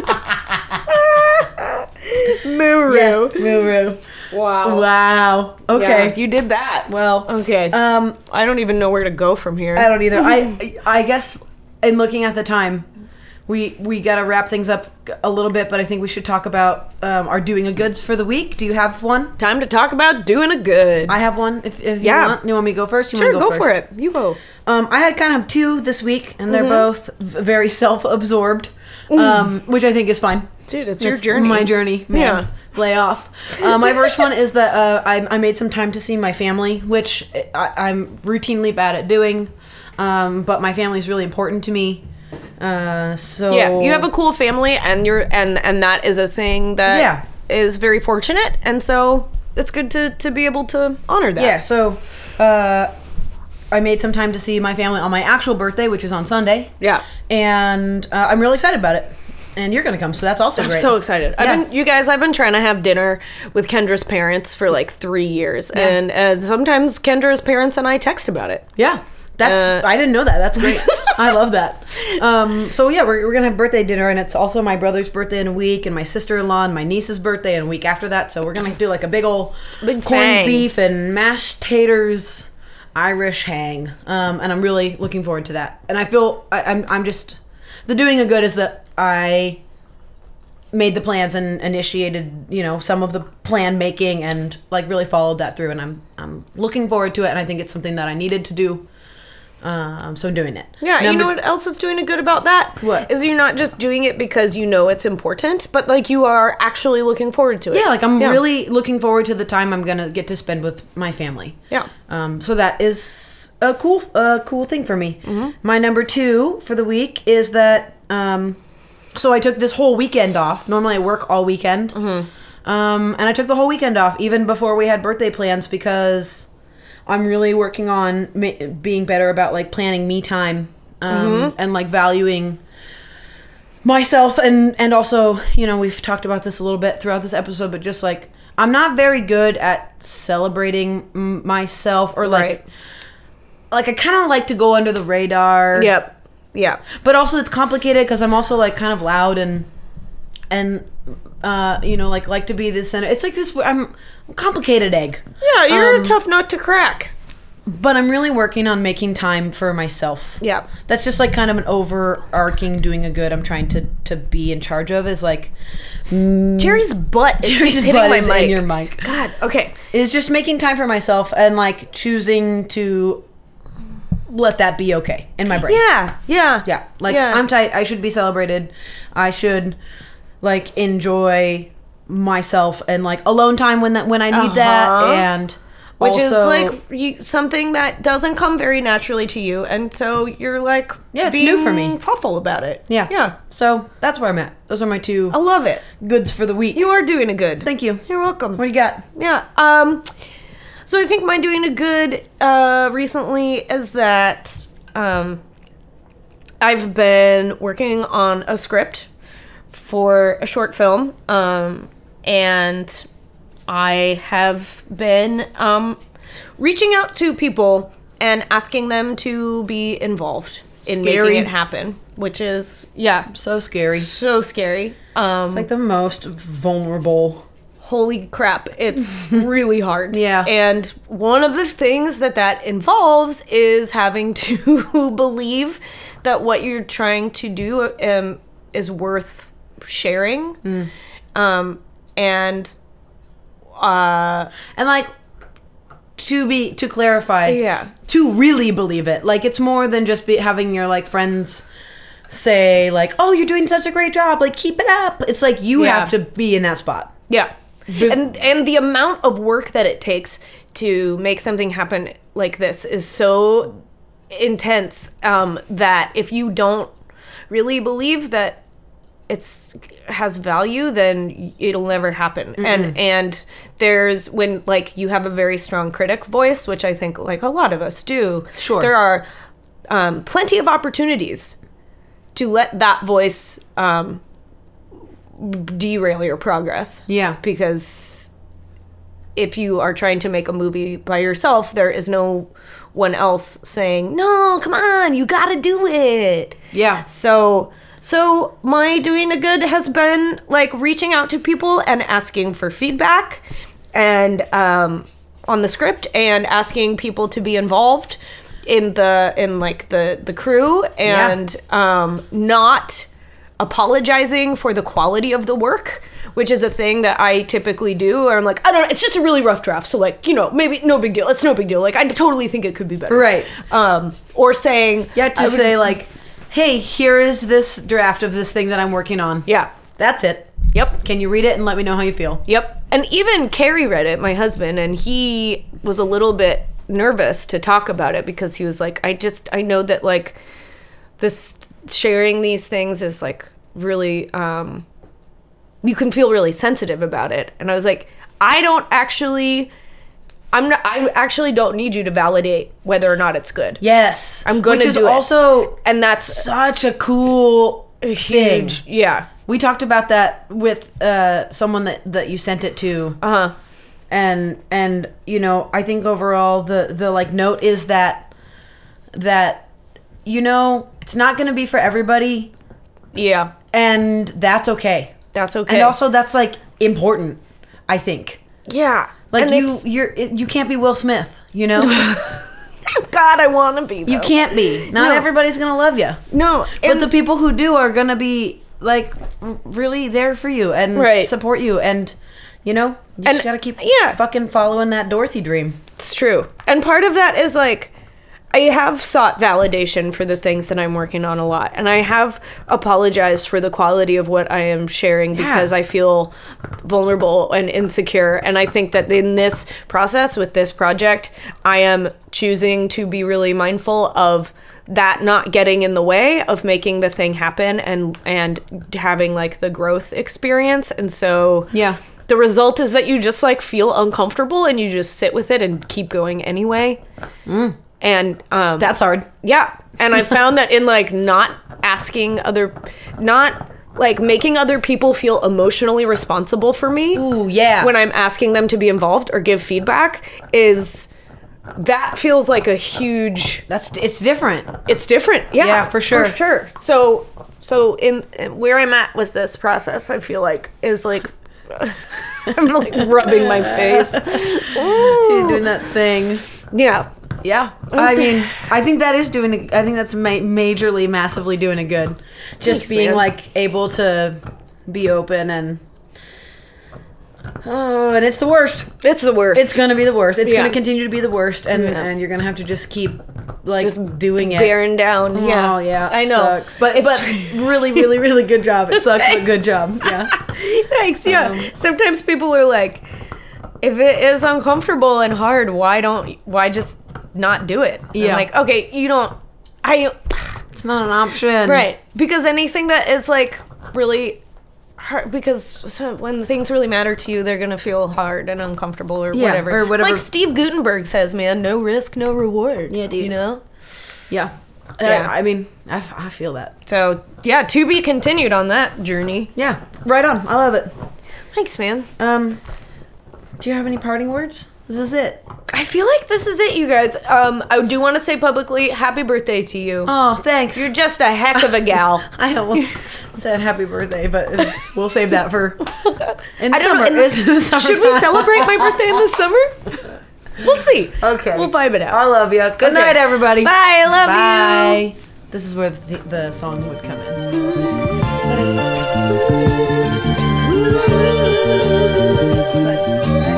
Speaker 1: Muru.
Speaker 2: moo roo.
Speaker 1: Wow.
Speaker 2: Wow. Okay.
Speaker 1: Yeah, you did that.
Speaker 2: well.
Speaker 1: Okay.
Speaker 2: Um,
Speaker 1: I don't even know where to go from here.
Speaker 2: I don't either. I I guess in looking at the time, we we gotta wrap things up a little bit, but I think we should talk about um, our doing a goods for the week. Do you have one?
Speaker 1: Time to talk about doing a good.
Speaker 2: I have one. If, if you
Speaker 1: Yeah.
Speaker 2: want, you want me to go first? You
Speaker 1: sure,
Speaker 2: want
Speaker 1: go,
Speaker 2: to go,
Speaker 1: for
Speaker 2: first?
Speaker 1: it. You go.
Speaker 2: Um, I had kind of two this week, and they're
Speaker 1: Mm-hmm.
Speaker 2: both v- very self-absorbed, um, which I think is fine.
Speaker 1: Mm. Dude, it's your
Speaker 2: That's
Speaker 1: journey.
Speaker 2: My journey. Man.
Speaker 1: Yeah.
Speaker 2: Lay off. Uh, my first one is that uh, I, I made some time to see my family, which I, I'm routinely bad at doing, um, but my family's really important to me. Uh, so
Speaker 1: Yeah, you have a cool family, and you're and and that is a thing that is
Speaker 2: Yeah.
Speaker 1: very fortunate, and so it's good to to be able to honor that.
Speaker 2: yeah. So uh, I made some time to see my family on my actual birthday, which was on Sunday.
Speaker 1: Yeah.
Speaker 2: and uh, I'm really excited about it. And you're gonna come, so that's also
Speaker 1: I'm
Speaker 2: great.
Speaker 1: so excited.
Speaker 2: Yeah.
Speaker 1: I've been, you guys, I've been trying to have dinner with Kendra's parents for like three years, and uh, sometimes Kendra's parents and I text about it.
Speaker 2: Yeah. That's
Speaker 1: Uh,
Speaker 2: I didn't know that. That's great. I love that. Um, so yeah, we're, we're gonna have birthday dinner, and it's also my brother's birthday in a week, and my sister in law and my niece's birthday in a week after that. So we're gonna do like a big old
Speaker 1: Big
Speaker 2: corned
Speaker 1: fang.
Speaker 2: beef and mashed taters, Irish hang, um, and I'm really looking forward to that. And I feel I, I'm I'm just the doing a good is that I made the plans and initiated you know some of the plan making and like really followed that through and i'm i'm looking forward to it and i think it's something that i needed to do um so i'm doing it
Speaker 1: Yeah, you
Speaker 2: Number-
Speaker 1: know what else is doing a good about that?
Speaker 2: What?
Speaker 1: is you're not just doing it because you know it's important, but like you are actually looking forward to it.
Speaker 2: yeah like i'm really looking forward to the time i'm gonna get to spend with my family
Speaker 1: Yeah.
Speaker 2: um so that is a cool a cool thing for me
Speaker 1: Mm-hmm.
Speaker 2: my number two for the week is that um so i took this whole weekend off normally i work all weekend
Speaker 1: Mm-hmm.
Speaker 2: um and i took the whole weekend off even before we had birthday plans because i'm really working on ma- being better about like planning me time um
Speaker 1: Mm-hmm.
Speaker 2: and like valuing myself and and also you know we've talked about this a little bit throughout this episode but just like i'm not very good at celebrating m- myself or like
Speaker 1: Right.
Speaker 2: like i kind of like to go under the radar
Speaker 1: Yep. Yeah.
Speaker 2: but also it's complicated because i'm also like kind of loud and and uh you know like like to be the center it's like this i'm a complicated egg
Speaker 1: Yeah, you're
Speaker 2: Um,
Speaker 1: tough nut to crack.
Speaker 2: but i'm really working on making time for myself
Speaker 1: Yeah.
Speaker 2: that's just like kind of an overarching doing a good i'm trying to to be in charge of is like
Speaker 1: Jerry's butt is
Speaker 2: Jerry's
Speaker 1: hitting
Speaker 2: butt
Speaker 1: my
Speaker 2: is in
Speaker 1: mic.
Speaker 2: your mic.
Speaker 1: God. Okay.
Speaker 2: is just making time for myself and like choosing to let that be okay in my brain.
Speaker 1: Yeah. Yeah.
Speaker 2: Yeah. Like
Speaker 1: Yeah.
Speaker 2: I'm tight. I should be celebrated. I should like enjoy myself and like alone time when that when I need
Speaker 1: Uh-huh.
Speaker 2: that and
Speaker 1: Which
Speaker 2: also-
Speaker 1: is like you, something that doesn't come very naturally to you, and so you're like,
Speaker 2: Yeah, it's new for me.
Speaker 1: being Thoughtful about it.
Speaker 2: yeah.
Speaker 1: Yeah.
Speaker 2: So that's where I'm at. Those are my two
Speaker 1: I love it.
Speaker 2: goods for the week.
Speaker 1: You are doing a good.
Speaker 2: Thank you.
Speaker 1: You're welcome.
Speaker 2: What do you got?
Speaker 1: Yeah. Um. So I think my doing a good uh, recently is that um, I've been working on a script for a short film, um, and I have been um, reaching out to people and asking them to be involved in
Speaker 2: Scary.
Speaker 1: making it happen, which is yeah,
Speaker 2: So scary. It's
Speaker 1: so scary. Um,
Speaker 2: like the most vulnerable.
Speaker 1: holy crap it's really hard
Speaker 2: Yeah.
Speaker 1: and one of the things that that involves is having to believe that what you're trying to do um, is worth sharing um, and uh,
Speaker 2: And like to be to clarify,
Speaker 1: Yeah.
Speaker 2: to really believe it. Like it's more than just be, having your like friends say like, "Oh, you're doing such a great job. Like keep it up." It's like you
Speaker 1: Yeah.
Speaker 2: have to be in that spot.
Speaker 1: yeah and and the amount of work that it takes to make something happen like this is so intense um, that if you don't really believe that it's has value then it'll never happen and and there's when like you have a very strong critic voice which i think like a lot of us do
Speaker 2: Sure.
Speaker 1: there are um, plenty of opportunities to let that voice um, derail your progress
Speaker 2: Yeah.
Speaker 1: because if you are trying to make a movie by yourself there is no one else saying no come on you gotta do it
Speaker 2: Yeah.
Speaker 1: so, so my doing a good has been like reaching out to people and asking for feedback, and um, on the script and asking people to be involved in the in like the the crew
Speaker 2: Yeah.
Speaker 1: and um, not apologizing for the quality of the work. Which is a thing that I typically do, where I'm like, I don't know, it's just a really rough draft. So, like, you know, maybe no big deal. It's no big deal. Like, I totally think it could be better.
Speaker 2: Right.
Speaker 1: Um, or saying,
Speaker 2: You have to
Speaker 1: I would-
Speaker 2: say like, "Hey, here is this draft of this thing that I'm working on."
Speaker 1: yeah.
Speaker 2: That's it.
Speaker 1: Yep.
Speaker 2: Can you read it and let me know how you feel?
Speaker 1: Yep. And even Carrie read it, my husband, and he was a little bit nervous to talk about it because he was like, I just, I know that like this sharing these things is like really um you can feel really sensitive about it and i was like i don't actually i'm not i actually don't need you to validate whether or not it's good
Speaker 2: Yes.
Speaker 1: I'm gonna
Speaker 2: Which is
Speaker 1: do it.
Speaker 2: also
Speaker 1: and that's
Speaker 2: such a cool thing.
Speaker 1: huge yeah
Speaker 2: We talked about that with uh, someone that, that you sent it to.
Speaker 1: uh-huh
Speaker 2: and and you know i think overall the the like note is that that you know it's not going to be for everybody
Speaker 1: yeah
Speaker 2: and that's okay
Speaker 1: that's okay
Speaker 2: and also that's like important i think
Speaker 1: yeah
Speaker 2: like
Speaker 1: And
Speaker 2: you
Speaker 1: it's-
Speaker 2: you're it- you can't be will smith you know
Speaker 1: god i want to be though.
Speaker 2: you can't be not
Speaker 1: No.
Speaker 2: everybody's going to love you
Speaker 1: no
Speaker 2: but
Speaker 1: and
Speaker 2: the people who do are going to be like r- really there for you and
Speaker 1: Right.
Speaker 2: support you and you know you
Speaker 1: And-
Speaker 2: just got to keep
Speaker 1: yeah.
Speaker 2: fucking following that dorothy dream
Speaker 1: It's true. And part of that is like, I have sought validation for the things that I'm working on a lot. And I have apologized for the quality of what I am sharing because I feel vulnerable and insecure. And I think that in this process with this project, I am choosing to be really mindful of that not getting in the way of making the thing happen and and having like the growth experience and so
Speaker 2: Yeah.
Speaker 1: the result is that you just like feel uncomfortable and you just sit with it and keep going anyway.
Speaker 2: Mm.
Speaker 1: And um,
Speaker 2: that's hard
Speaker 1: yeah, and I found that in like not asking other, not like making other people feel emotionally responsible for me.
Speaker 2: Ooh, yeah.
Speaker 1: When I'm asking them to be involved or give feedback, is that feels like a huge
Speaker 2: That's it's different.
Speaker 1: it's different. Yeah,
Speaker 2: Yeah, for sure.
Speaker 1: For sure. So, so in where I'm at with this process, I feel like is like I'm like rubbing my face.
Speaker 2: You're
Speaker 1: Ooh.
Speaker 2: doing that thing.
Speaker 1: Yeah.
Speaker 2: Yeah, I mean, I think that is doing. I think that's ma- majorly, massively doing it good. Just
Speaker 1: Thanks,
Speaker 2: being
Speaker 1: man.
Speaker 2: like able to be open and oh, and it's the worst.
Speaker 1: It's the worst.
Speaker 2: It's gonna be the worst. It's
Speaker 1: Yeah.
Speaker 2: gonna continue to be the worst, and
Speaker 1: Yeah.
Speaker 2: and you're gonna have to just keep like doing it.
Speaker 1: bearing down. yeah.
Speaker 2: Oh yeah,
Speaker 1: I know.
Speaker 2: Sucks. But
Speaker 1: It's-
Speaker 2: but really, really, really good job. It sucks, but good job. Yeah.
Speaker 1: Thanks. Yeah.
Speaker 2: Um,
Speaker 1: Sometimes people are like, if it is uncomfortable and hard, why don't why just not do it? And I'm
Speaker 2: Yeah.
Speaker 1: like okay, you don't. I
Speaker 2: It's not an option.
Speaker 1: Right. Because anything that is like really hard, because so when things really matter to you, they're going to feel hard and uncomfortable or
Speaker 2: Yeah,
Speaker 1: whatever.
Speaker 2: or whatever.
Speaker 1: It's like Steve Gutenberg says, man, no risk, no reward.
Speaker 2: Yeah, dude.
Speaker 1: You know?
Speaker 2: Yeah.
Speaker 1: Yeah.
Speaker 2: Yeah. Uh, I mean, I, f- I feel that.
Speaker 1: So, yeah, to be continued on that journey.
Speaker 2: Yeah, right on. I love it.
Speaker 1: Thanks, man.
Speaker 2: Um, do you have any parting words? This is it.
Speaker 1: I feel like this is it, you guys. Um, I do want to say publicly, happy birthday to you.
Speaker 2: Oh, thanks.
Speaker 1: You're just a heck of a gal.
Speaker 2: I almost said happy birthday, but it's, we'll save that for in the
Speaker 1: I don't
Speaker 2: summer.
Speaker 1: know. in
Speaker 2: It's in the
Speaker 1: the- Should we
Speaker 2: summertime.
Speaker 1: celebrate my birthday in the summer? We'll see.
Speaker 2: Okay.
Speaker 1: We'll vibe it out.
Speaker 2: I love you. Good
Speaker 1: Okay.
Speaker 2: night, everybody.
Speaker 1: Bye. I love you.
Speaker 2: Bye. This is where the, the song would come in. But-